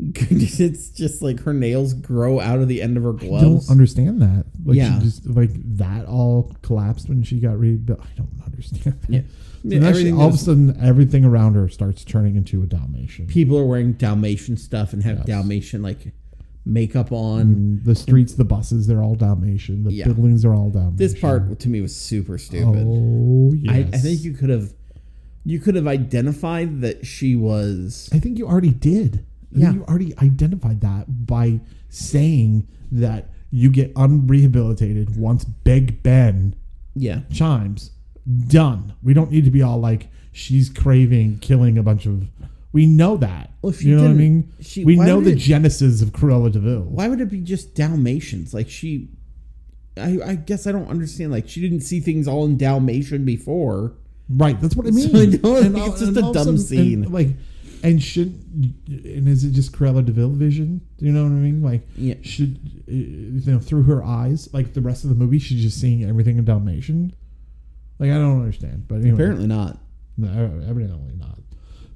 S2: it's just like her nails grow out of the end of her
S1: I don't
S2: gloves.
S1: understand that. Like
S2: Yeah.
S1: she just like that all collapsed when she got rebuilt. I don't understand. That.
S2: Yeah.
S1: So now she,
S2: Everything
S1: all of a
S2: goes-
S1: sudden, everything around her starts turning into a Dalmatian.
S2: people are wearing Dalmatian stuff and have
S1: Yes. Mm-hmm.
S2: Dalmatian like makeup on.
S1: the streets, the buses, they're all Dalmatian. The
S2: Yeah.
S1: buildings are all Dalmatian.
S2: This part to me was super stupid.
S1: Oh yes.
S2: I, I think you could have you could have identified that she was
S1: I think you already did. I
S2: Yeah.
S1: think you already identified that by saying that you get unrehabilitated once Big Ben
S2: yeah
S1: chimes. Done. We don't need to be all like she's craving killing a bunch of. We know that.
S2: Well, she
S1: you know what I
S2: didn't-
S1: mean?
S2: she-
S1: we
S2: why
S1: know
S2: would
S1: the
S2: it-
S1: genesis of Cruella Deville.
S2: why would it be just dalmatians like she I, I guess I don't understand. Like she didn't see things all in Dalmatian before.
S1: Right. That's what I mean.
S2: I don't think
S1: all-
S2: it's just a
S1: all of
S2: dumb
S1: sudden-
S2: scene.
S1: And like, and should and is it just Cruella Deville vision? Do you know what I mean? Like,
S2: Yeah.
S1: should uh, you know through her eyes? Like the rest of the movie, she's just seeing everything in Dalmatian. Like I don't understand, but anyway,
S2: Apparently not.
S1: no, evidently not.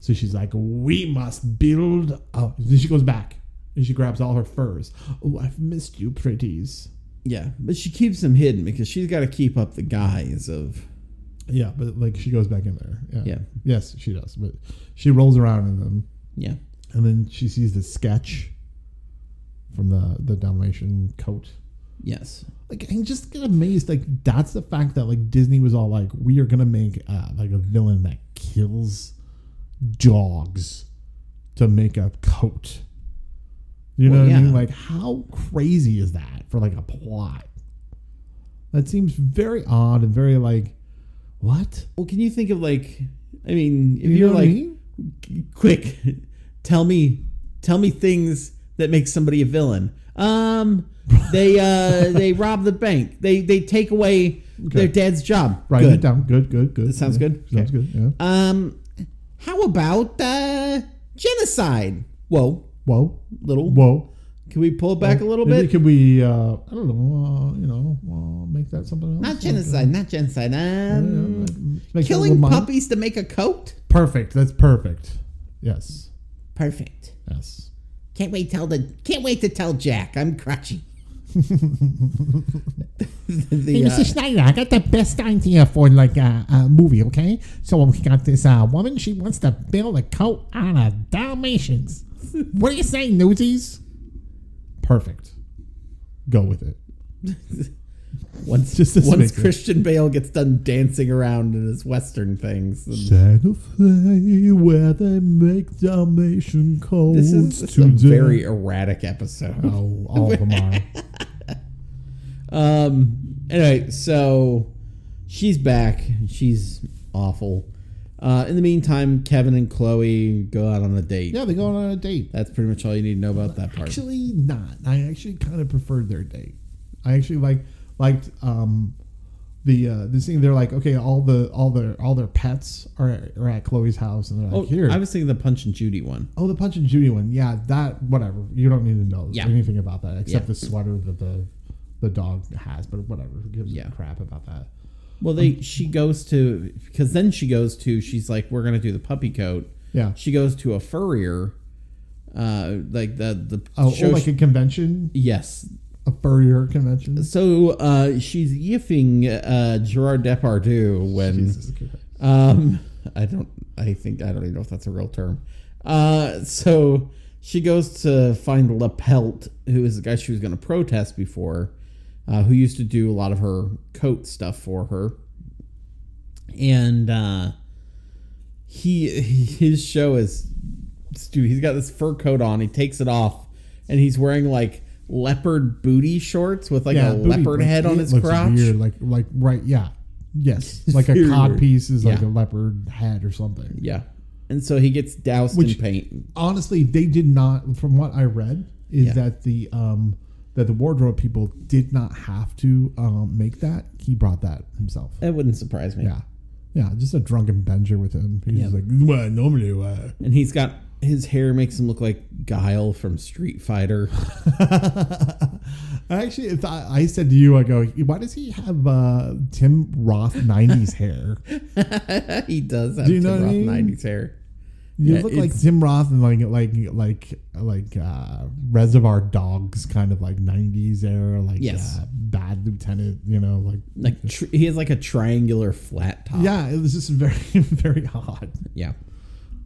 S1: So she's like, "We must build." up. Then she goes back and she grabs all her furs. Oh, I've missed you, pretties.
S2: Yeah, but she keeps them hidden because she's got to keep up the guise of
S1: Yeah, but like she goes back in there. Yeah.
S2: Yeah.
S1: Yes, she does. But she rolls around in them.
S2: yeah.
S1: And then she sees the sketch from the the Dalmatian coat.
S2: Yes,
S1: Like I just get amazed. Like that's the fact that like Disney was all like, we are gonna make uh, like a villain that kills dogs to make a coat. You know
S2: Well,
S1: what I
S2: yeah.
S1: mean? Like how crazy is that for like a plot? That seems very odd and very like what?
S2: Well, can you think of like? I mean, if
S1: You
S2: you are
S1: know what I
S2: like,
S1: mean?
S2: quick, tell me, tell me things that make somebody a villain. Um, they uh, they rob the bank. They they take away their dad's job.
S1: Write it
S2: Good.
S1: down. Good, good, good. That
S2: sounds good?
S1: Sounds
S2: Okay.
S1: good. Yeah.
S2: Um, how about uh, genocide? Whoa,
S1: Whoa.
S2: little.
S1: Whoa.
S2: Can we pull it back a little
S1: Maybe
S2: bit?
S1: Could we, uh, I don't know, uh, you know, uh, make that something else?
S2: Not genocide. Not genocide. Um,
S1: Make that a
S2: killing
S1: little mon-
S2: puppies to make a coat.
S1: Perfect. That's perfect. Yes.
S2: Perfect.
S1: Yes.
S2: Can't wait tell the can't wait to tell Jack. I'm crotchy. the, uh,
S1: Schneider, I got the best idea for like a, a movie, okay? So we got this uh, woman, she wants to build a coat out of Dalmatians. what do you say, newsies? Perfect. Go with it.
S2: once
S1: Just to
S2: once
S1: make it-
S2: Christian Bale gets done dancing around in his western things, then
S1: Santa Fe, where they make Dalmatian coats
S2: this is this is a very erratic episode.
S1: Oh, all of them are.
S2: Um. Anyway, so she's back. She's awful. Uh, in the meantime, Kevin and Chloe go out on a date.
S1: Yeah, they go on a date.
S2: That's pretty much all you need to know about that part.
S1: Actually, not. I actually kind of preferred their date. I actually like liked um the uh the scene. They're like, okay, all the all their all their pets are, are at Chloe's house, and they're like,
S2: oh,
S1: here.
S2: I was thinking the Punch and Judy one.
S1: oh, the Punch and Judy one. Yeah, that whatever. You don't need to know
S2: Yeah.
S1: anything about that except
S2: Yeah.
S1: the sweater that the the dog has. But whatever. Who gives
S2: Yeah.
S1: a crap about that?
S2: Well, they she goes to because then she goes to she's like we're gonna do the puppy coat.
S1: Yeah.
S2: She goes to a furrier, uh, like the the
S1: Oh,
S2: show
S1: or like
S2: she-
S1: a convention,
S2: yes.
S1: a furrier convention.
S2: So uh, she's yiffing uh, Gerard Depardieu when
S1: Jesus Christ.
S2: um, I don't I think I don't even know if that's a real term. Uh, so she goes to find Lapelt, who is the guy she was gonna protest before, uh, who used to do a lot of her coat stuff for her. and uh, he his show is dude. He's got this fur coat on. He takes it off, and he's wearing like leopard booty shorts with like a
S1: booty
S2: leopard
S1: looks-
S2: head on
S1: it
S2: his
S1: looks
S2: crotch.
S1: Weird, like like right, yeah, yes, like a
S2: very
S1: cod
S2: weird.
S1: piece is like
S2: Yeah.
S1: a leopard head or something.
S2: Yeah, and so he gets doused
S1: Which-
S2: in paint.
S1: Honestly, they did not. From what I read, is
S2: Yeah.
S1: that the um that the wardrobe people did not have to um, make that. He brought that himself.
S2: That wouldn't surprise me.
S1: Yeah. Yeah, just a drunken Benjer with him. He's
S2: Yeah.
S1: just like, well, I normally uh,
S2: And he's got his hair makes him look like Guile from Street Fighter.
S1: I actually, if I, I said to you, I go, why does he have uh, Tim Roth 90s hair?
S2: he does have
S1: Do you
S2: Tim
S1: know what I
S2: Roth
S1: mean?
S2: 90s hair.
S1: You
S2: Yeah,
S1: look like
S2: it's-
S1: Tim Roth and like like like like uh, Reservoir Dogs kind of like '90s era, like
S2: Yes.
S1: uh, Bad Lieutenant. You know, like
S2: Like tr- he has like a triangular flat top.
S1: yeah, it was just very very odd.
S2: Yeah.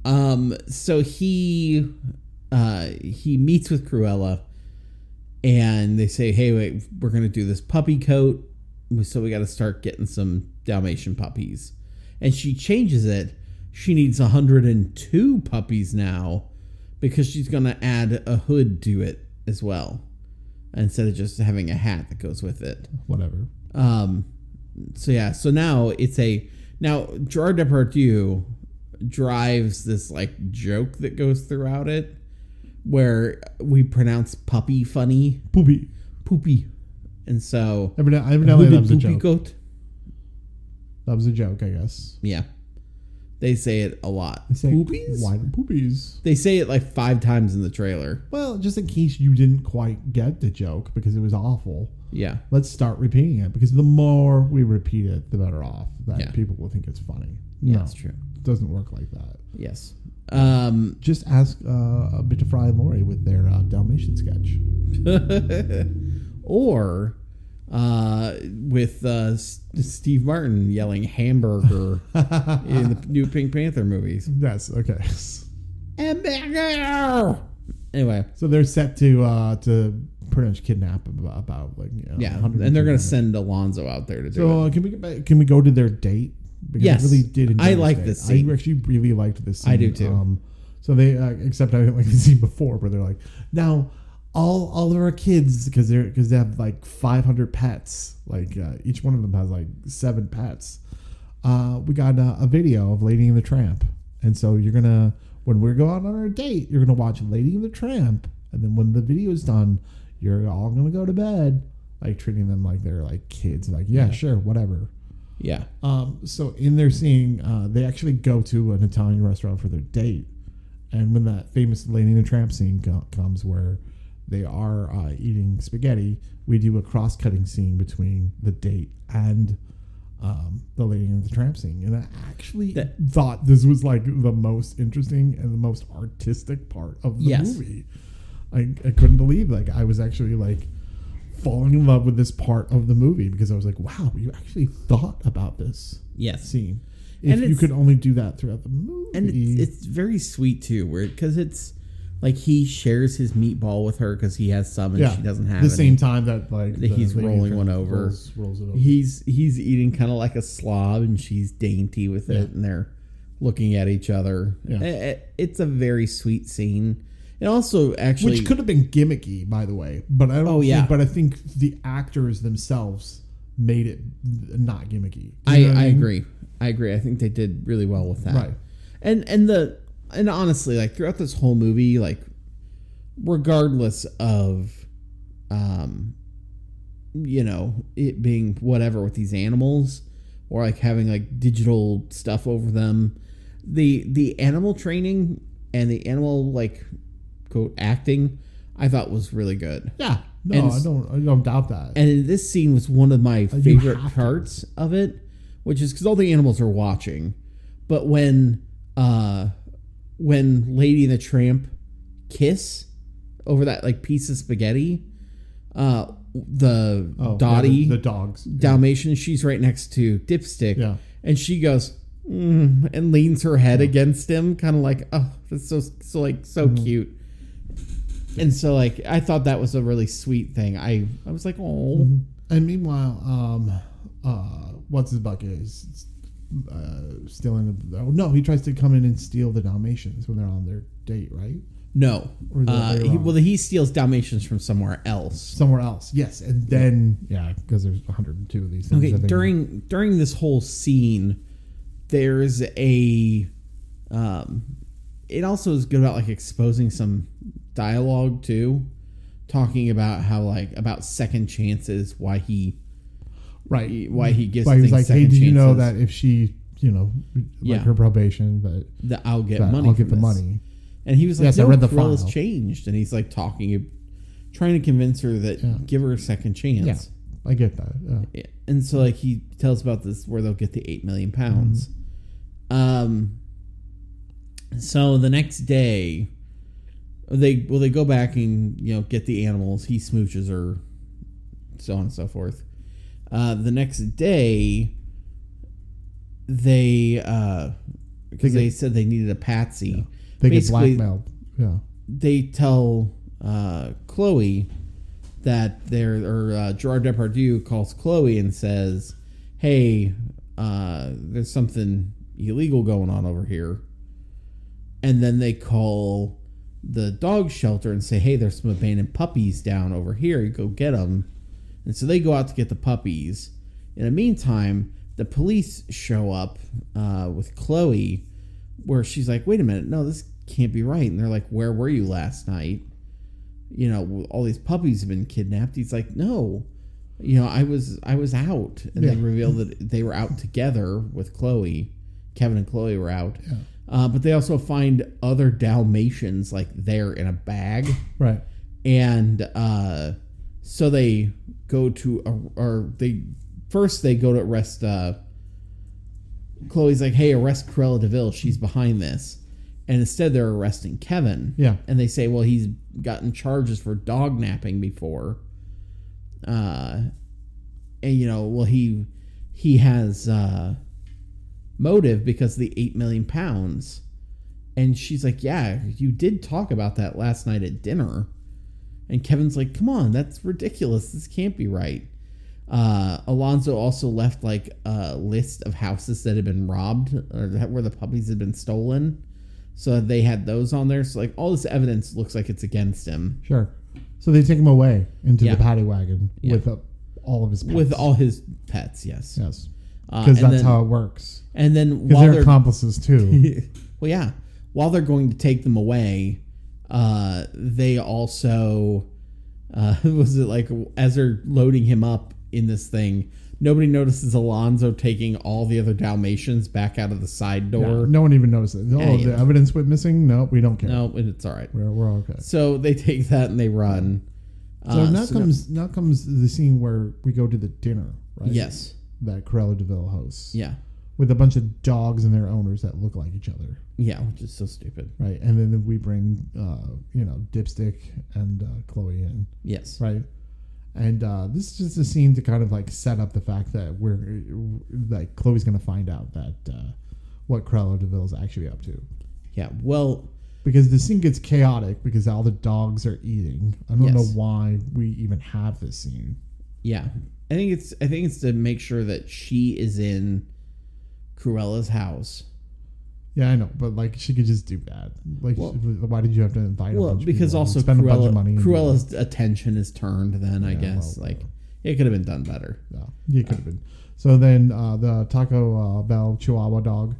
S2: Um so he uh he meets with Cruella and they say, "Hey, wait, we're going to do this puppy coat, so we got to start getting some Dalmatian puppies." And she changes it. She needs 102 puppies now because she's going to add a hood to it as well instead of just having a hat that goes with it.
S1: Whatever.
S2: Um, so yeah, so now it's a now Gerard Depardieu drives this like joke that goes throughout it, where we pronounce puppy funny
S1: Poopy.
S2: poopy, and so
S1: Every now, every now and then that was a
S2: poopy
S1: joke.
S2: goat.
S1: That was a joke, I guess.
S2: Yeah, they say it a lot.
S1: It's like,
S2: Poopies.
S1: Why the poopies?
S2: They say it like five times in the trailer.
S1: Well, just in case you didn't quite get the joke because it was awful,
S2: Yeah,
S1: let's start repeating it because the more we repeat it, the better off that
S2: Yeah.
S1: people will think it's funny.
S2: yeah,
S1: no,
S2: that's true.
S1: it doesn't work like that.
S2: Yes. Um,
S1: Just ask uh, a bit of Fry and Laurie with their uh, Dalmatian sketch.
S2: or uh, with uh, S- Steve Martin yelling hamburger in the new Pink Panther movies.
S1: Yes. Okay.
S2: Hamburger. Anyway,
S1: So they're set to uh, to pretty much kidnap about, about like you know,
S2: yeah,
S1: 100
S2: and they're gonna send Alonzo out there to do
S1: So
S2: it.
S1: uh, can we get back, can we go to their date? Because
S2: Yes.
S1: I really did. Enjoy
S2: I like this scene.
S1: I actually really liked this. scene.
S2: I do too.
S1: Um, so they uh, except I didn't like the scene before where they're like now. All, all of our kids because they're because they have like 500 pets like uh, each one of them has like seven pets uh, we got uh, a video of Lady and the Tramp. And so you're gonna when we go out on our date, you're gonna watch Lady and the Tramp, and then when the video is done, you're all gonna go to bed, like treating them like they're like kids. Like yeah, sure, whatever.
S2: Yeah,
S1: Um, so in their scene, uh, they actually go to an Italian restaurant for their date, and when that famous Lady and the Tramp scene co- comes, where they are uh, eating spaghetti, we do a cross-cutting scene between the date and um, the Lady and the Tramp scene, and I actually
S2: That-
S1: thought this was like the most interesting and the most artistic part of the
S2: Yes.
S1: movie. I, I couldn't believe like I was actually like falling in love with this part of the movie because I was like, wow, you actually thought about this
S2: yes,
S1: scene. If
S2: And
S1: you
S2: it's-
S1: could only do that throughout the movie,
S2: and it's, it's very sweet too, where because it's like he shares his meatball with her because he has some and she doesn't have
S1: the
S2: any.
S1: same time that like
S2: that he's
S1: lady
S2: rolling
S1: kind
S2: one
S1: of
S2: over.
S1: rolls, rolls it over.
S2: he's he's eating kind of like a slob and she's dainty with it
S1: Yeah.
S2: and they're looking at each other
S1: Yeah.
S2: I- I- Eh, it's a very sweet scene and also actually
S1: which could have been gimmicky, by the way. But I don't.
S2: Oh, yeah.
S1: Think, but I think the actors themselves made it not gimmicky. Do
S2: I,
S1: you know what
S2: I
S1: mean?
S2: agree i agree i think they did really well with that
S1: Right.
S2: and and the and honestly like throughout this whole movie like regardless of um you know it being whatever with these animals or like having like digital stuff over them the the animal training and the animal like quote acting i thought was really good
S1: Yeah. No,
S2: And-
S1: I don't. I don't doubt that.
S2: and this scene was one of my
S1: Oh, you
S2: favorite
S1: have to.
S2: parts of it which is because all the animals are watching but when uh when lady and the tramp kiss over that like piece of spaghetti uh the
S1: Oh, yeah, the-
S2: dottie
S1: the, dogs.
S2: dalmatian she's right next to dipstick
S1: Yeah.
S2: and she goes mm, and leans her head against him kind of like oh that's so so like so
S1: Mm-hmm.
S2: cute and so like i thought that was a really sweet thing i i was like oh
S1: Mm-hmm. And meanwhile, um, uh, what's his bucket is uh, stealing the. Oh no, he tries to come in and steal the Dalmatians when they're on their date, right?
S2: No.
S1: Or is that
S2: Uh,
S1: later
S2: he,
S1: on?
S2: well, he steals Dalmatians from somewhere else.
S1: Somewhere else, yes. And then yeah, because there's 102 of these things.
S2: Okay,
S1: I think.
S2: during during this whole scene, there's a. Um, it also is good about like exposing some dialogue too, talking about how like about second chances, why he
S1: right?
S2: why he gives
S1: Like he was
S2: things
S1: like,
S2: second
S1: hey, did you know
S2: chances.
S1: that if she, you know, like
S2: Yeah.
S1: her probation, that,
S2: that I'll get
S1: that
S2: money.
S1: I'll
S2: from
S1: get the
S2: this.
S1: money.
S2: And he was like,
S1: Yes, I
S2: no,
S1: read the
S2: Corell's
S1: file."
S2: changed, and he's like talking, trying to convince her that
S1: Yeah.
S2: give her a second
S1: Yeah,
S2: chance.
S1: I get that. Yeah.
S2: Yeah. And so like he tells about this where they'll get the eight million pounds. Um. So the next day, they well they go back and you know get the animals. He smooches her, so on and so forth. Uh, the next day, they uh, because
S1: They get-
S2: they said they needed a patsy.
S1: They get
S2: Basically,
S1: blackmailed. Yeah,
S2: they tell uh, Chloe that they're or uh, Gerard Depardieu calls Chloe and says, "Hey, uh, there's something illegal going on over here," and then they call the dog shelter and say, "Hey, there's some abandoned puppies down over here. You go get them." And so they go out to get the puppies. In the meantime, the police show up uh, with Chloe, where she's like, wait a minute, no, this can't be right. And they're like, where were you last night? You know, all these puppies have been kidnapped. He's like, no, you know, I was I was out, and they
S1: Yeah.
S2: reveal that they were out together with Chloe. Kevin and Chloe were out, uh, but they also find other Dalmatians like there in a bag
S1: right.
S2: and uh, so they go to a, or they first they go to arrest uh, chloe's like hey arrest corella deville she's behind this and instead they're arresting kevin
S1: Yeah.
S2: and they say well he's gotten charges for dog napping before uh and you know well he he has uh motive because of the eight million pounds and she's like yeah you did talk about that last night at dinner and Kevin's like, come on, that's ridiculous. This can't be right. Uh, Alonzo also left like a list of houses that had been robbed or that where the puppies had been stolen. So they had those on there. So like all this evidence looks like it's against him
S1: Sure. So they take him away into
S2: Yeah.
S1: the paddy wagon
S2: Yeah.
S1: with uh all of his pets.
S2: with all his pets. Yes.
S1: yes,
S2: Uh,
S1: because
S2: and
S1: that's
S2: then,
S1: how it works.
S2: And then
S1: Because
S2: while
S1: they're,
S2: they're
S1: accomplices too.
S2: well, yeah. While they're going to take them away, uh, they also uh, was it like as they're loading him up in this thing, nobody notices Alonzo taking all the other Dalmatians back out of the side
S1: no,
S2: door.
S1: no one even noticed it. Oh,
S2: Yeah,
S1: the
S2: yeah.
S1: evidence went missing. No, we don't care.
S2: No, and it's all right.
S1: We're, we're all okay.
S2: So they take that and they run.
S1: So
S2: Uh,
S1: now
S2: so
S1: comes now comes the scene where we go to the dinner, right?
S2: yes,
S1: That Corella Deville hosts
S2: yeah,
S1: with a bunch of dogs and their owners that look like each other,
S2: yeah, which is so stupid.
S1: right? And then we bring, uh, you know, Dipstick and uh, Chloe in,
S2: Yes,
S1: right? And uh, this is just a scene to kind of like set up the fact that we're like Chloe's going to find out that uh, what Corella Deville is actually up to.
S2: yeah. Well,
S1: because the scene gets chaotic because all the dogs are eating. I don't know
S2: Yes.
S1: why we even have this scene.
S2: Yeah. I think it's I think it's to make sure that she is in Cruella's house.
S1: Yeah, I know, but like she could just do that. Like,
S2: Well-
S1: why did you have to invite? a
S2: Well,
S1: bunch of
S2: because
S1: people and
S2: also
S1: spend a bunch of
S2: Cruella,
S1: money. and do that?
S2: Cruella's attention is turned then, I
S1: Yeah,
S2: guess.
S1: well,
S2: like it could have been done better.
S1: no, you could have been. So then uh, the Taco uh, Bell Chihuahua dog.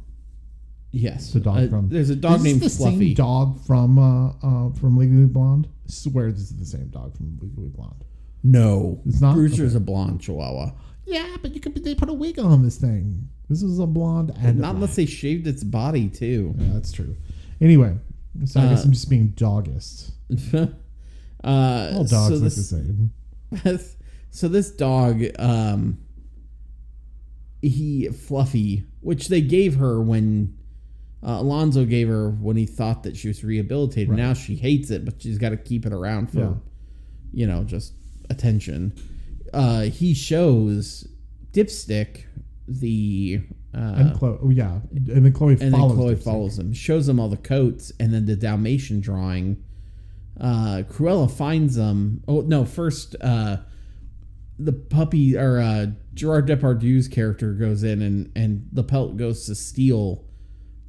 S2: Yes.
S1: The dog
S2: Uh,
S1: from-
S2: there's a dog
S1: Is this
S2: named
S1: the
S2: Fluffy.
S1: Same dog from uh, uh, from Legally Blonde. I swear this is the same dog from Legally Blonde.
S2: No.
S1: It's not?
S2: Brewster's a blonde chihuahua.
S1: Yeah, but you could. They put a wig on this thing. This is a blonde and a
S2: Not unless they shaved its body too.
S1: Yeah, that's true. Anyway, so I guess I'm just being doggist.
S2: uh
S1: All dogs
S2: so
S1: look the
S2: this,
S1: same.
S2: so this dog um he fluffy which they gave her when uh, alonzo gave her when he thought that she was rehabilitated now she hates it but she's got to keep it around for
S1: Yeah.
S2: you know just attention uh he shows dipstick the uh
S1: And Chloe, oh, yeah, and then Chloe
S2: and then
S1: follows.
S2: Chloe
S1: this thing.
S2: follows him, shows him all the coats, and then the Dalmatian drawing. Uh, Cruella finds them. Oh no! First, uh, the puppy or uh, Gerard Depardieu's character goes in, and and the pelt goes to steal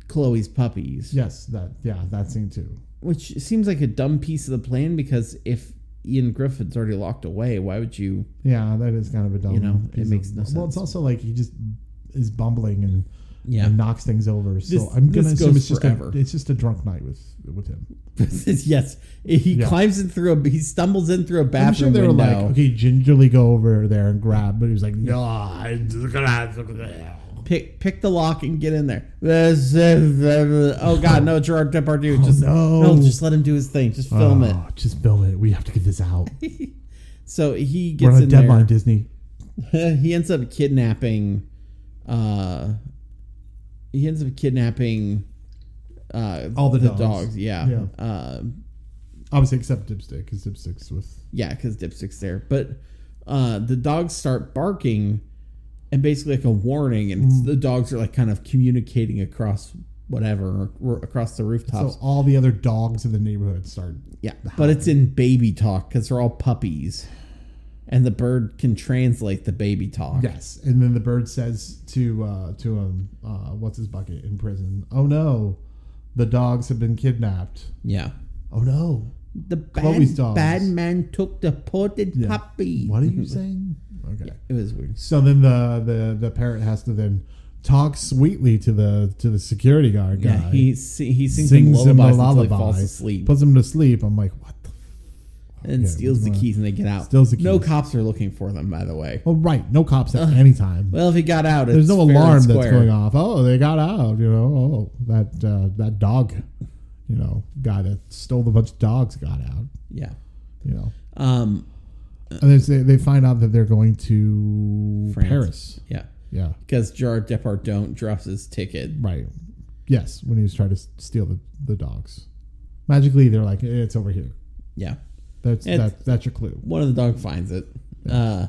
S2: Chloe's puppies,
S1: Yes, that yeah, that scene too.
S2: which seems like a dumb piece of the plan because if Ian Griffin's already locked away, why would you?
S1: Yeah, that is kind of a dumb.
S2: You know, it
S1: piece
S2: makes
S1: of-
S2: no
S1: Well, it's
S2: sense.
S1: also like he just is bumbling and
S2: Yeah.
S1: and knocks things over. So
S2: This-
S1: I'm gonna
S2: this
S1: assume
S2: goes
S1: it's just a,
S2: forever.
S1: it's just a drunk night with with him.
S2: yes, he
S1: Yeah.
S2: climbs in through a he stumbles in through a
S1: I'm sure
S2: bathroom
S1: they were
S2: window.
S1: like, okay, gingerly go over there and grab, but he was like, no, I'm just gonna have to-"
S2: Pick pick the lock and get in there. This is- Oh God, no, Gerard Depardieu. just
S1: Oh, no.
S2: just let him do his thing. Just film it.
S1: Oh, Just film it. We have to get this out.
S2: So he
S1: We're
S2: gets
S1: on a
S2: in there.
S1: deadline, Disney.
S2: he ends up kidnapping uh he ends up kidnapping uh
S1: All the dogs.
S2: yeah
S1: Yeah.
S2: uh,
S1: Obviously, except Dipstick, because Dipstick's with.
S2: yeah because dipstick's there but uh the dogs start barking and basically like a warning and
S1: Mm.
S2: it's the dogs are like kind of communicating across whatever or, across the rooftops
S1: So all the other dogs in the neighborhood start.
S2: yeah but it's in baby talk because they're all puppies and the bird can translate the baby talk
S1: Yes, and then the bird says to uh, to him, uh, "What's his bucket in prison? Oh no, the dogs have been kidnapped.
S2: yeah
S1: Oh no,
S2: The
S1: Chloe's
S2: bad,
S1: dogs.
S2: bad man took the potted
S1: Yeah.
S2: puppy.
S1: what are you saying? Okay.
S2: It was weird.
S1: So then the, the the parrot has to then talk sweetly to the to the security guard guy.
S2: Yeah, he si- he sings, him
S1: sings him a
S2: lullabies until he
S1: lullaby,
S2: falls asleep
S1: puts him to sleep. I'm like, what? the f-"
S2: and
S1: yeah,
S2: steals the
S1: well,
S2: keys and they get out.
S1: steals the
S2: No
S1: keys.
S2: cops are looking for them, by the way.
S1: Oh right, no cops at any time.
S2: Well, if he got out,
S1: There's
S2: it's
S1: no
S2: fair and
S1: alarm that's
S2: square.
S1: going off. Oh, they got out. You know, oh that uh, that dog, you know, guy that stole a bunch of dogs got out.
S2: Yeah.
S1: You know,
S2: Um.
S1: and they say- they find out that they're going to
S2: France.
S1: Paris.
S2: Yeah.
S1: Yeah,
S2: Because Gerard Depardieu drops his ticket.
S1: right. Yes, when he was trying to s- steal the, the dogs, magically they're like, eh, it's over here.
S2: Yeah.
S1: That's
S2: It's-
S1: that, that's your clue.
S2: One of the dog finds it. Uh.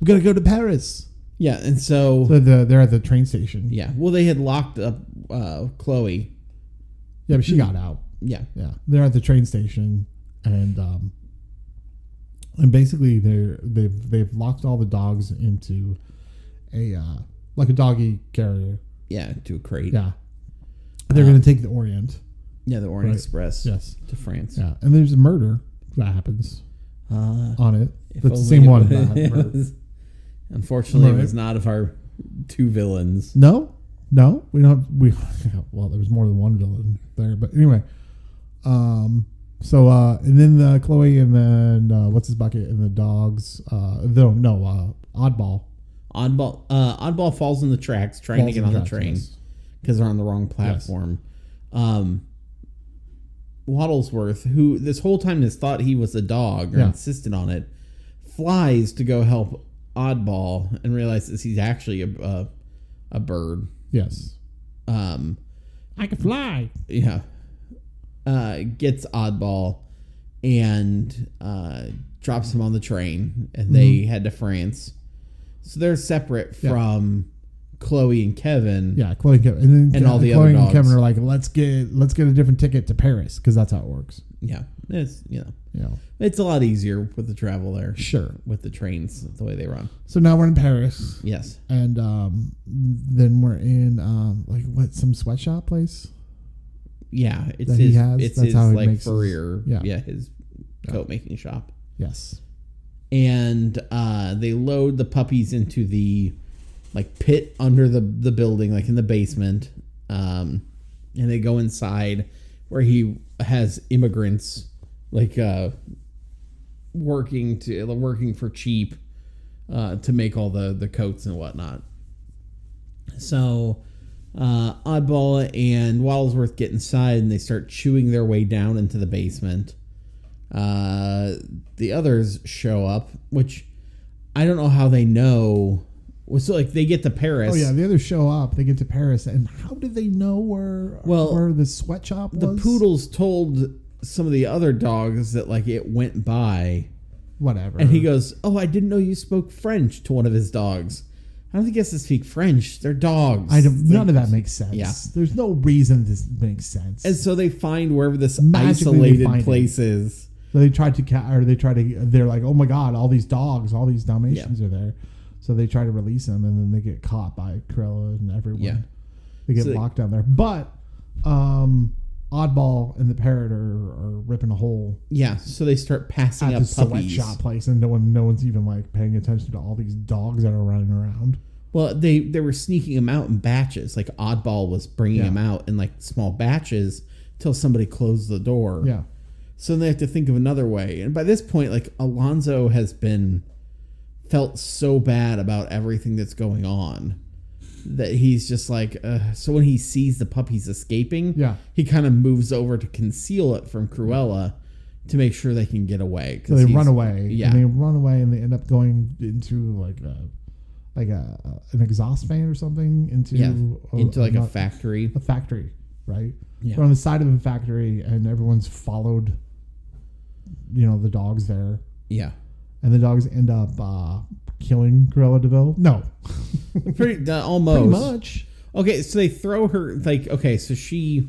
S1: We gotta go to Paris.
S2: Yeah. And so.
S1: So the, they're at the train station.
S2: yeah. Well, they had locked up uh, Chloe.
S1: Yeah, but she got out.
S2: Yeah.
S1: Yeah, they're at the train station, and um, and basically they're they've they've locked all the dogs into a uh, like a doggy carrier.
S2: Yeah. To a crate.
S1: Yeah, they're going to take the Orient.
S2: Yeah, the Orient
S1: Right.
S2: Express.
S1: Yes.
S2: To France.
S1: Yeah, and there's a murder that happens
S2: Uh,
S1: on it.
S2: If
S1: That's the
S2: only
S1: same
S2: it
S1: one.
S2: was-
S1: that had murder.
S2: Unfortunately,
S1: Right.
S2: it was not of our two villains.
S1: No, no, we don't. We well, there was more than one villain there, but anyway. Um. So uh, and then uh, Chloe and then uh, what's his bucket and the dogs. Uh, no, no, uh, oddball
S2: Oddball, uh, Oddball falls in the tracks trying to
S1: Balls
S2: get
S1: and
S2: on the
S1: Traps,
S2: train
S1: yes.
S2: because they're on the wrong platform. Um, Waddlesworth, who this whole time has thought he was a dog or
S1: Yeah.
S2: insisted on it, flies to go help Oddball and realizes he's actually a a, a bird.
S1: Yes.
S2: Um,
S1: I can fly.
S2: yeah, uh, gets oddball and uh, drops him on the train, and they head to France. So they're separate
S1: Mm-hmm. Yeah.
S2: from Chloe and Kevin.
S1: Yeah, Chloe and Kevin, and, then
S2: And all the
S1: Chloe
S2: other
S1: and Kevin
S2: dogs.
S1: are like, let's get let's get a different ticket to Paris because that's how it works.
S2: yeah, it's you know,
S1: You know.
S2: it's a lot easier with the travel there
S1: Sure.
S2: with the trains the way they run.
S1: So now we're in Paris,
S2: Yes,
S1: and um, then we're in um, like what some sweatshop place.
S2: yeah, it's
S1: That he
S2: his,
S1: has?
S2: it's
S1: That's
S2: his
S1: how he
S2: like
S1: makes his-
S2: furrier.
S1: yeah.
S2: yeah, his coat making shop.
S1: Yes.
S2: and uh, they load the puppies into the like pit under the the building, like in the basement. Um, and they go inside where he has immigrants like uh, working to working for cheap uh, to make all the the coats and whatnot. So. Uh, Oddball and Waddlesworth get inside and they start chewing their way down into the basement. Uh, the others show up, which I don't know how they know. Well, So like they get to Paris.
S1: Oh yeah, the others show up. They get to Paris, and how did they know where
S2: Well,
S1: where the sweatshop was?
S2: the poodles told some of the other dogs that like it went by,
S1: whatever.
S2: and he goes, "Oh, I didn't know you spoke French." To one of his dogs, I don't think he has to speak French. They're dogs.
S1: I don't, none of that makes sense.
S2: Yeah.
S1: There's no reason this makes sense.
S2: And so they find wherever this
S1: Magically they find
S2: isolated
S1: it.
S2: place is.
S1: So they tried to ca- or they tried to. They're like, oh my god, all these dogs, all these Dalmatians are there. So they try to release them, and then they get caught by Cruella and everyone.
S2: Yeah.
S1: They get
S2: So they-
S1: locked down there. But um, Oddball and the parrot are, are ripping a hole
S2: Yeah, so they start passing
S1: at
S2: up
S1: the
S2: puppies.
S1: sweatshop place, and no one, no one's even like paying attention to all these dogs that are running around.
S2: Well, they they were sneaking them out in batches. Like Oddball was bringing
S1: Yeah.
S2: them out in like small batches till somebody closed the door.
S1: Yeah.
S2: So then they have to think of another way. And by this point, like Alonzo has been felt so bad about everything that's going on that he's just like uh, so when he sees the puppies escaping
S1: Yeah.
S2: he kind of moves over to conceal it from cruella to make sure they can get away
S1: So they run away.
S2: yeah
S1: And they run away and they end up going into like a like a an exhaust fan or something into
S2: yeah
S1: a-
S2: into like a
S1: not-
S2: factory
S1: a factory, right?
S2: Yeah.
S1: They're on the side of a factory and everyone's followed you know, the dogs there.
S2: yeah
S1: And the dogs end up uh, killing Cruella Deville. No.
S2: pretty uh, almost
S1: Pretty much.
S2: Okay, so they throw her like okay, so she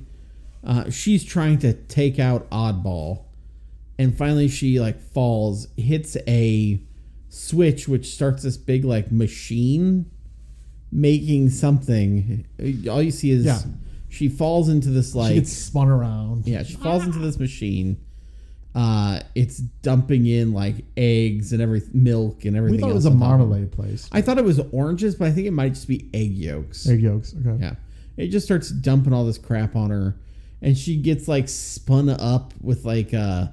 S2: uh, she's trying to take out Oddball, and finally she like falls, hits a switch which starts this big like machine making something. All you see is
S1: Yeah.
S2: she falls into this like
S1: She gets spun around.
S2: yeah, she falls into this machine. Uh, it's dumping in like eggs and every milk and everything.
S1: We thought it
S2: else
S1: was a
S2: on top of her.
S1: marmalade place.
S2: I thought it was oranges, but I think it might just be egg yolks.
S1: Egg yolks. Okay.
S2: Yeah. It just starts dumping all this crap on her and she gets like spun up with like uh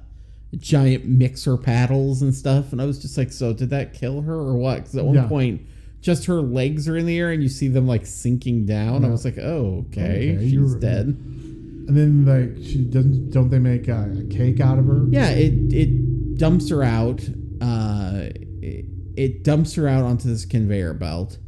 S2: giant mixer paddles and stuff and I was just like so did that kill her or what? Cuz at one
S1: Yeah.
S2: point just her legs are in the air and you see them like sinking down. I was like, "Oh, okay.
S1: Okay,
S2: She's
S1: you were-
S2: dead."
S1: And then like she doesn't don't they make uh, a, a cake out of her?
S2: Yeah, it it dumps her out. Uh, it, it dumps her out onto this conveyor belt,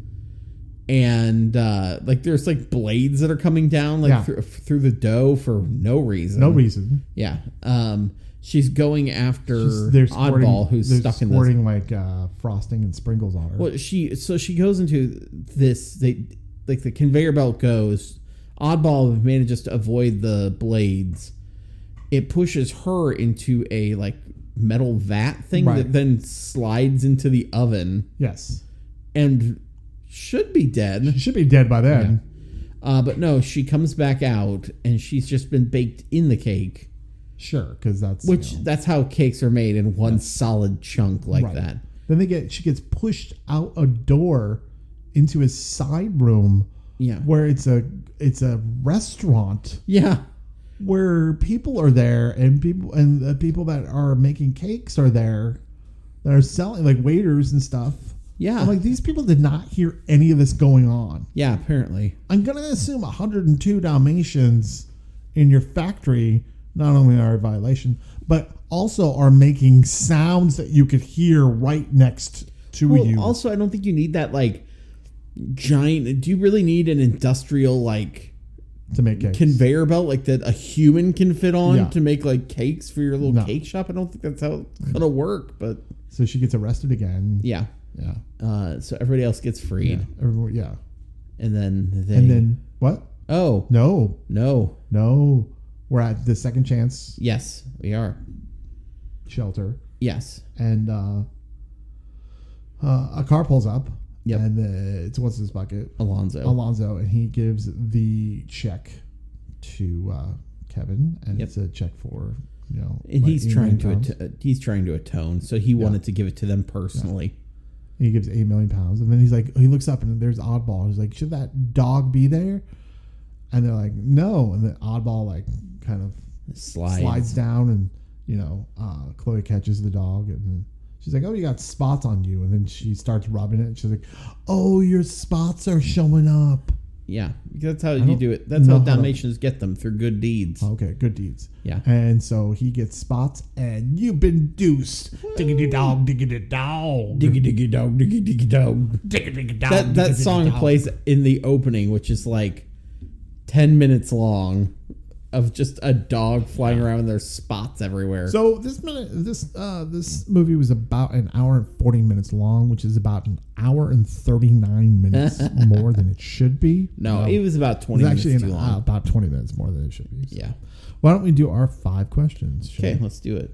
S2: and uh, like there's like blades that are coming down like
S1: Yeah.
S2: through, through the dough for no reason.
S1: No reason.
S2: Yeah. Um, she's going after
S1: Just- they're squirting-
S2: oddball who's
S1: they're
S2: stuck in this
S1: squirting like uh, frosting and sprinkles on her.
S2: well, she so she goes into this. They like the conveyor belt goes. Oddball manages to avoid the blades. It pushes her into a like metal vat thing
S1: Right.
S2: that then slides into the oven
S1: Yes,
S2: and should be
S1: she
S2: dead.
S1: should be dead by then.
S2: Uh, but no, she comes back out and she's just been baked in the cake.
S1: Sure, because that's you
S2: Which
S1: know.
S2: that's how cakes are made in one solid chunk like
S1: Right.
S2: that.
S1: then they get she gets pushed out a door into a side room
S2: Yeah.
S1: where it's a it's a restaurant
S2: Yeah.
S1: where people are there and people and the people that are making cakes are there that are selling like waiters and stuff.
S2: Yeah.
S1: I'm like these people did not hear any of this going on.
S2: yeah, apparently.
S1: I'm gonna assume 102 Dalmatians in your factory not only are a violation, but also are making sounds that you could hear right next to
S2: Well,
S1: you.
S2: also, I don't think you need that like giant. Do you really need an industrial like
S1: to make cakes.
S2: conveyor belt like that a human can fit on
S1: Yeah.
S2: to make like cakes for your little
S1: No.
S2: cake shop? I don't think that's how it's gonna work. But
S1: so she gets arrested again.
S2: yeah,
S1: Yeah,
S2: uh, so everybody else gets freed,
S1: Everyone- yeah.
S2: and then they,
S1: And then what?
S2: oh no.
S1: No, no. We're at the second chance
S2: yes we are
S1: shelter,
S2: yes
S1: and uh, uh, a car pulls up.
S2: Yep.
S1: and uh, it's what's his bucket?
S2: Alonzo
S1: Alonzo, and he gives the check to uh, Kevin, and
S2: Yep.
S1: it's a check for you know.
S2: and
S1: like
S2: he's
S1: eight
S2: trying to
S1: million pounds.
S2: at- he's trying to atone, so he wanted to give it to them personally.
S1: he gives eight million pounds, and then he's like, he looks up, and there's Oddball. He's like, should that dog be there? And they're like, no. And then Oddball like kind of
S2: Slides.
S1: slides down, and you know, uh, Chloe catches the dog, and she's like, oh, you got spots on you, and then she starts rubbing it. And she's like, oh, your spots are showing up.
S2: Yeah, because that's how you do it. That's
S1: know
S2: how
S1: how to-
S2: Dalmatians get them through good deeds.
S1: Okay, good deeds.
S2: Yeah.
S1: And so he gets spots, and you've been deuced. Diggity dog, diggity dog.
S2: Diggy diggy dog, diggy diggy dog.
S1: Diggity dog.
S2: That that
S1: diggity
S2: song
S1: dog.
S2: plays in the opening, which is like ten minutes long, of just a dog flying around and there's spots everywhere.
S1: So this minute, this uh, this movie was about an hour and forty minutes long, which is about an hour and thirty nine minutes more than it should be.
S2: no, it was about twenty
S1: it's
S2: minutes
S1: actually
S2: too
S1: an,
S2: long.
S1: uh, about twenty minutes more than it should be. So
S2: Yeah.
S1: Why don't we do our five questions? shall
S2: Okay,
S1: we?
S2: let's do it.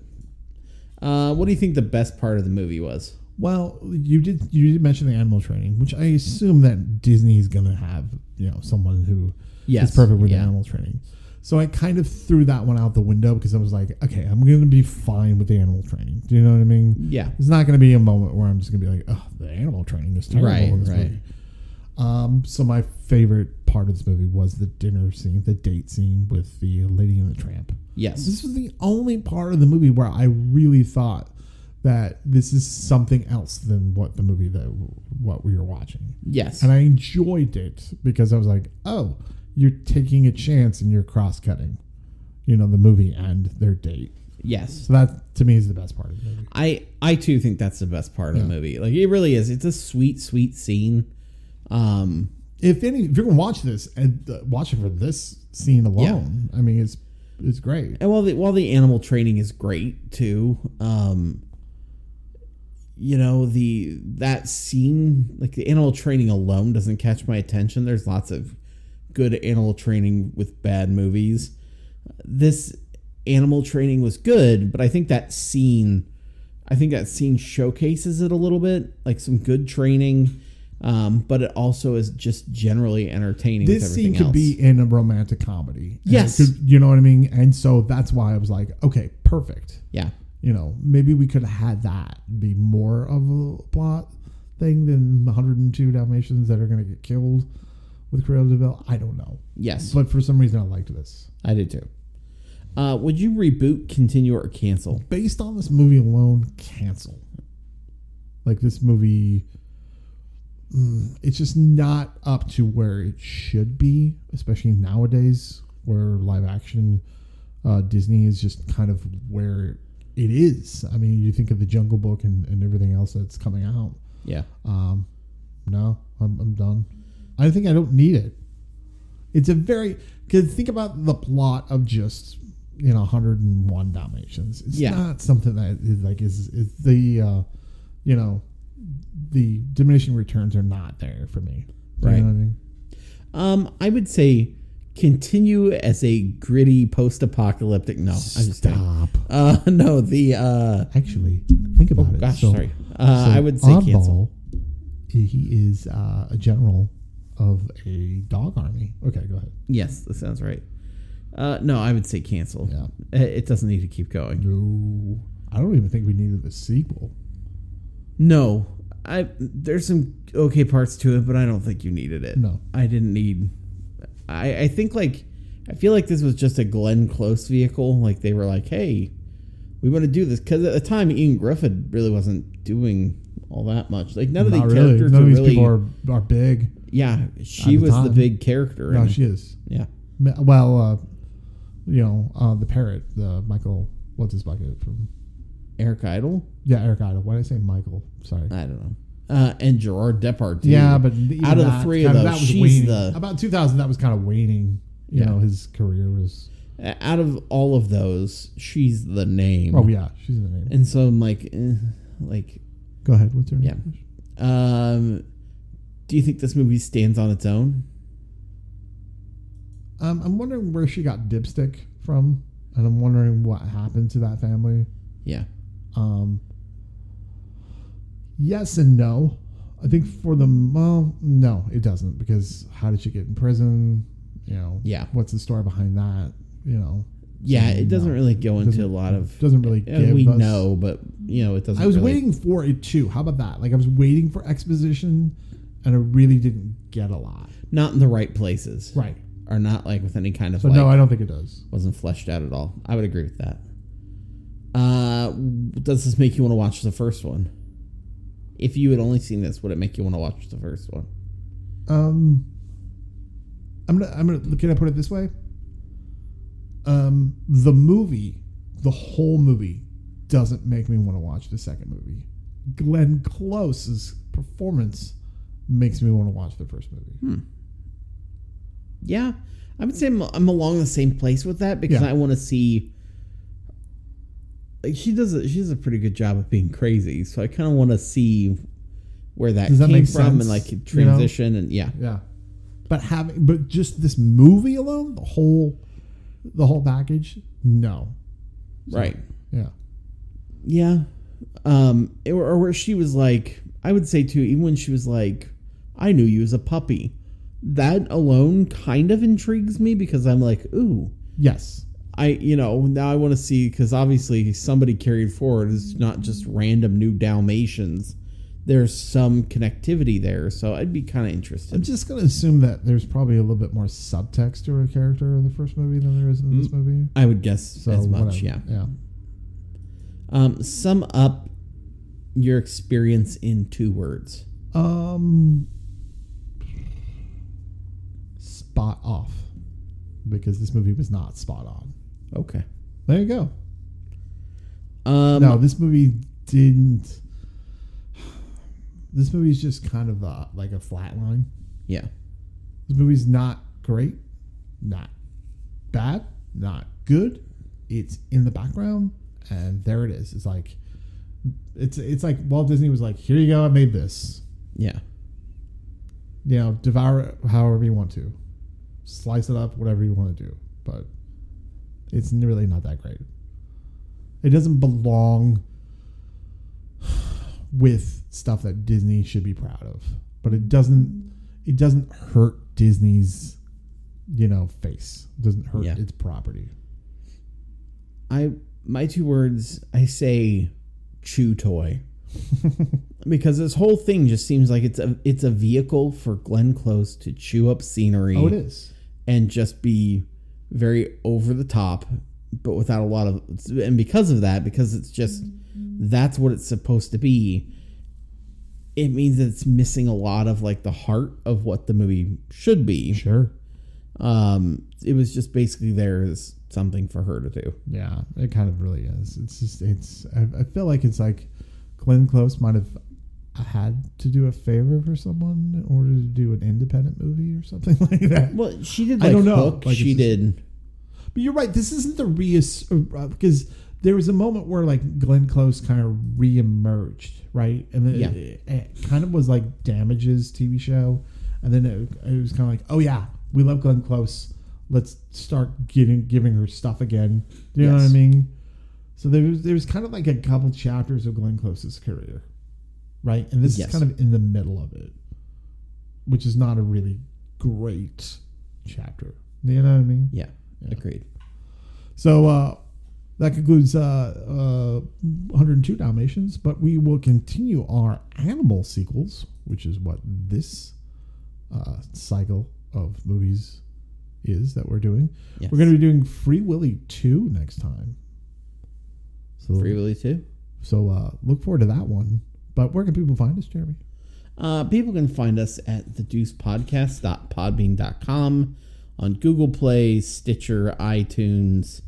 S2: Uh, what do you think the best part of the movie was?
S1: Well, you did you did mention the animal training, which I assume that Disney's gonna have you know someone who is
S2: Yes,
S1: perfect with
S2: yeah.
S1: animal training. So I kind of threw that one out the window because I was like, okay, I'm gonna be fine with the animal training. Do you know what I mean?
S2: Yeah.
S1: There's not gonna be a moment where I'm just gonna be like, oh, the animal training is terrible
S2: Right,
S1: in this
S2: right.
S1: movie. Um, so my favorite part of this movie was the dinner scene, the date scene with the lady and the tramp.
S2: Yes.
S1: This was the only part of the movie where I really thought that this is something else than what the movie that what we were watching.
S2: Yes.
S1: And I enjoyed it because I was like, oh, you're taking a chance and you're cross cutting, you know, the movie and their date.
S2: yes.
S1: So that to me is the best part of the movie.
S2: I I too think that's the best part of the movie. Like it really is. It's a sweet sweet scene. Um
S1: If any, if you're gonna watch this and uh, watch it for this scene alone, I mean, it's it's great.
S2: and while the while the animal training is great too, um you know the that scene like the animal training alone doesn't catch my attention. There's lots of good animal training with bad movies. This animal training was good, but I think that scene I think that scene showcases it a little bit, like some good training. Um, but it also is just generally entertaining. with
S1: This
S2: everything
S1: scene could
S2: else.
S1: be in a romantic comedy. And it
S2: Yes.
S1: could- you know what I mean. And so that's why I was like, okay, perfect.
S2: yeah,
S1: You know, maybe we could have had that be more of a plot thing than 102 Dalmatians that are gonna get killed with Cruella Deville. I don't know,
S2: yes.
S1: but for some reason I liked this.
S2: I did too. Uh, would you reboot, continue, or cancel?
S1: based on this movie alone, cancel. Like this movie, mm, it's just not up to where it should be, especially nowadays where live action uh, Disney is just kind of where it is. I mean, you think of the Jungle Book and, and everything else that's coming out.
S2: Yeah.
S1: Um, no, I'm, I'm done. I think I don't need it. It's a very because think about the plot of just you know 101 Dalmatians. It's
S2: Yeah.
S1: not something that is like is is the uh, you know the diminishing returns are not there for me. Do
S2: Right.
S1: You know what I mean?
S2: Um, I would say continue as a gritty post-apocalyptic. No, I'm just kidding.
S1: Stop.
S2: Uh, no, the uh,
S1: Actually, think about it.
S2: Oh, gosh,
S1: So-
S2: sorry. Uh,
S1: so
S2: I would say cancel.
S1: Oddball, He is uh, a general of a dog army. Okay, go ahead.
S2: Yes, that sounds right. Uh, no, I would say cancel.
S1: Yeah.
S2: Uh, It doesn't need to keep going.
S1: No, I don't even think we needed a sequel.
S2: No, I there's some okay parts to it, but I don't think you needed it.
S1: No.
S2: I didn't need. I I think like I feel like this was just a Glenn Close vehicle. Like they were like, hey, we want to do this because at the time Ian Griffin really wasn't doing all that much. Like none of the
S1: Not really.
S2: characters
S1: None
S2: are
S1: of these
S2: really.
S1: people are, are big.
S2: yeah, she
S1: the
S2: was the
S1: time.
S2: big character.
S1: No,
S2: and-
S1: she is.
S2: yeah.
S1: Ma- Well, uh, you know, uh, the parrot, the Michael, what's his bucket from?
S2: Eric Idle.
S1: Yeah, Eric Idle. Why did I say Michael? Sorry.
S2: I don't know. Uh, and Gerard Depardieu.
S1: yeah, but even
S2: out of the
S1: that,
S2: three
S1: kind
S2: of
S1: that
S2: those,
S1: was
S2: she's
S1: waning.
S2: the
S1: about 2000. That was kind of waning. You
S2: Yeah.
S1: know, his career was.
S2: out of all of those, she's the name.
S1: Oh yeah, she's in the name.
S2: And so I'm like, eh, like,
S1: Go ahead. What's her name?
S2: Yeah. um, do you think this movie stands on its own?
S1: Um, I'm wondering where she got dipstick from, and I'm wondering what happened to that family.
S2: Yeah.
S1: Um, yes and no. I think for the well, no, it doesn't because how did she get in prison? You know,
S2: Yeah.
S1: What's the story behind that? You know,
S2: Yeah, it doesn't
S1: Mm, No.
S2: really go into
S1: Doesn't-
S2: a lot of.
S1: doesn't really
S2: uh,
S1: give
S2: we
S1: us-
S2: know, but you know, it doesn't.
S1: I was
S2: really-
S1: waiting for it too. How about that? Like I was waiting for exposition, and I really didn't get a lot.
S2: not in the right places,
S1: Right.
S2: or not like with any kind of
S1: So
S2: like
S1: no, I don't think it does.
S2: wasn't fleshed out at all. I would agree with that. Uh, does this make you want to watch the first one? If you had only seen this, would it make you want to watch the first one?
S1: Um, I'm gonna, I'm gonna, can I put it this way? Um, the movie, the whole movie, doesn't make me want to watch the second movie. Glenn Close's performance makes me want to watch the first movie.
S2: Yeah, I would say I'm, I'm along the same place with that because
S1: Yeah.
S2: I want to see. Like she does, a, she does a pretty good job of being crazy. So I kind of want to see where that,
S1: Does that
S2: came
S1: make
S2: from
S1: sense,
S2: and
S1: you know?
S2: like transition and yeah,
S1: Yeah, but having, but just this movie alone, the whole, the whole package, no.
S2: right,
S1: Yeah,
S2: yeah. Um, it- or where she was like, I would say too, even when she was like, "I knew you as a puppy," that alone kind of intrigues me because I'm like, ooh.
S1: yes,
S2: I you know now I want to see because obviously somebody carried forward is not just random new Dalmatians. there's some connectivity there. So I'd be kind of
S1: I'm
S2: interested.
S1: just gonna assume that there's probably a little bit more subtext to her character in the first movie than there is in this movie.
S2: I would guess
S1: So
S2: as much,
S1: whatever.
S2: yeah.
S1: yeah.
S2: Um, sum up your experience in two words.
S1: Um, spot off, because this movie was not spot on.
S2: Okay.
S1: There you go.
S2: Um,
S1: no, this movie didn't. This movie's just kind of uh like a flat line.
S2: Yeah.
S1: This movie's not great, not bad, not good. It's in the background, and there it is. It's like, it's it's like Walt Disney was like, "Here you go, I made this.
S2: Yeah.
S1: You know, devour it however you want to, slice it up, whatever you want to do." But it's really not that great. It doesn't belong with stuff that Disney should be proud of, but it doesn't. It doesn't hurt Disney's, you know, face. It doesn't hurt
S2: Yeah.
S1: its property.
S2: I my two words I say chew toy because this whole thing just seems like it's a it's a vehicle for Glenn Close to chew up scenery
S1: Oh, it is.
S2: and just be very over the top but without a lot of and because of that because it's just that's what it's supposed to be it means that it's missing a lot of like the heart of what the movie should be
S1: Sure.
S2: um it was just basically there's something for her to do
S1: Yeah, it kind of really is. It's just it's. I, I feel like it's like Glenn Close might have had to do a favor for someone in order to do an independent movie or something like that.
S2: Well, she did.
S1: I
S2: Like
S1: don't know.
S2: Hook.
S1: Like,
S2: she
S1: it's just-
S2: did.
S1: But you're right. This isn't the reass uh, because there was a moment where like Glenn Close kind of reemerged, right? And then
S2: Yeah.
S1: it, it kind of was like Damages TV show, and then it, it was kind of like, oh yeah, we love Glenn Close. Let's start giving giving her stuff again. Do you know what
S2: Yes.
S1: I mean? So there was there was kind of like a couple chapters of Glenn Close's career, right? And this
S2: Yes.
S1: is kind of in the middle of it, which is not a really great chapter. Do you know what I mean?
S2: Yeah, agreed.
S1: So uh, that concludes uh, uh, 102 Dalmatians, but we will continue our animal sequels, which is what this uh, cycle of movies is that we're doing.
S2: Yes.
S1: We're going to be doing Free Willy 2 next time. So,
S2: Free Willy too.
S1: so uh, look forward to that one. But where can people find us, Jeremy?
S2: Uh, people can find us at thedeucepodcast.podbean.com on Google Play, Stitcher, iTunes,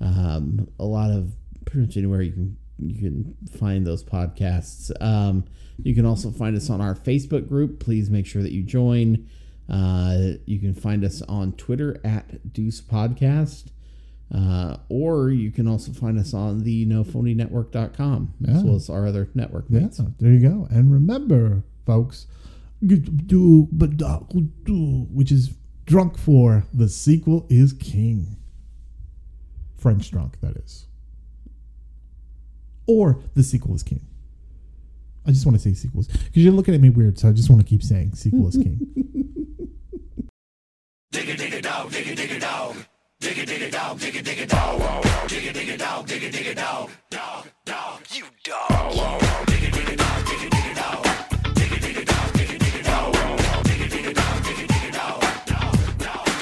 S2: um, a lot of pretty much anywhere you can you can find those podcasts. Um, you can also find us on our Facebook group. Please make sure that you join. Uh, you can find us on Twitter at Deuce Podcast. Uh, or you can also find us on the nophonynetwork.com as
S1: Yeah.
S2: well as our other network
S1: Yeah, there you go. And remember, folks, do but do, which is drunk for the sequel is king. French drunk, that is. Or the sequel is king. I just want to say sequels because you're looking at me weird, so I just want to keep saying sequel is king.
S3: You dog.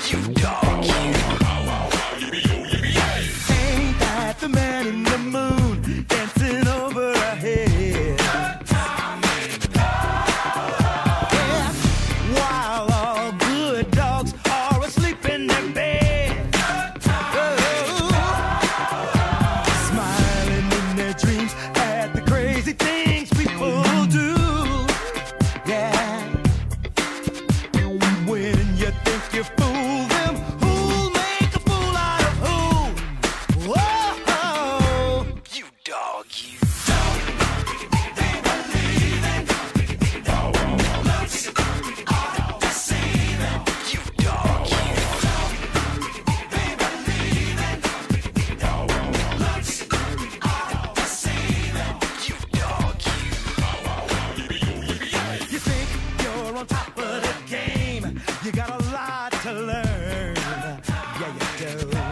S3: You dog. Ain't that the man in the moon dancing over our head? Yeah, while all good dogs are asleep in their bed. Oh smiling in their dreams at the crazy things people do. Yeah. When you think you fool them, who'll make a fool out of who? Whoa, you dog, you. You dog, you. You dog, you. You think you're on top of the game. You got a lot to learn. Yeah, you do. uh-huh. Ah,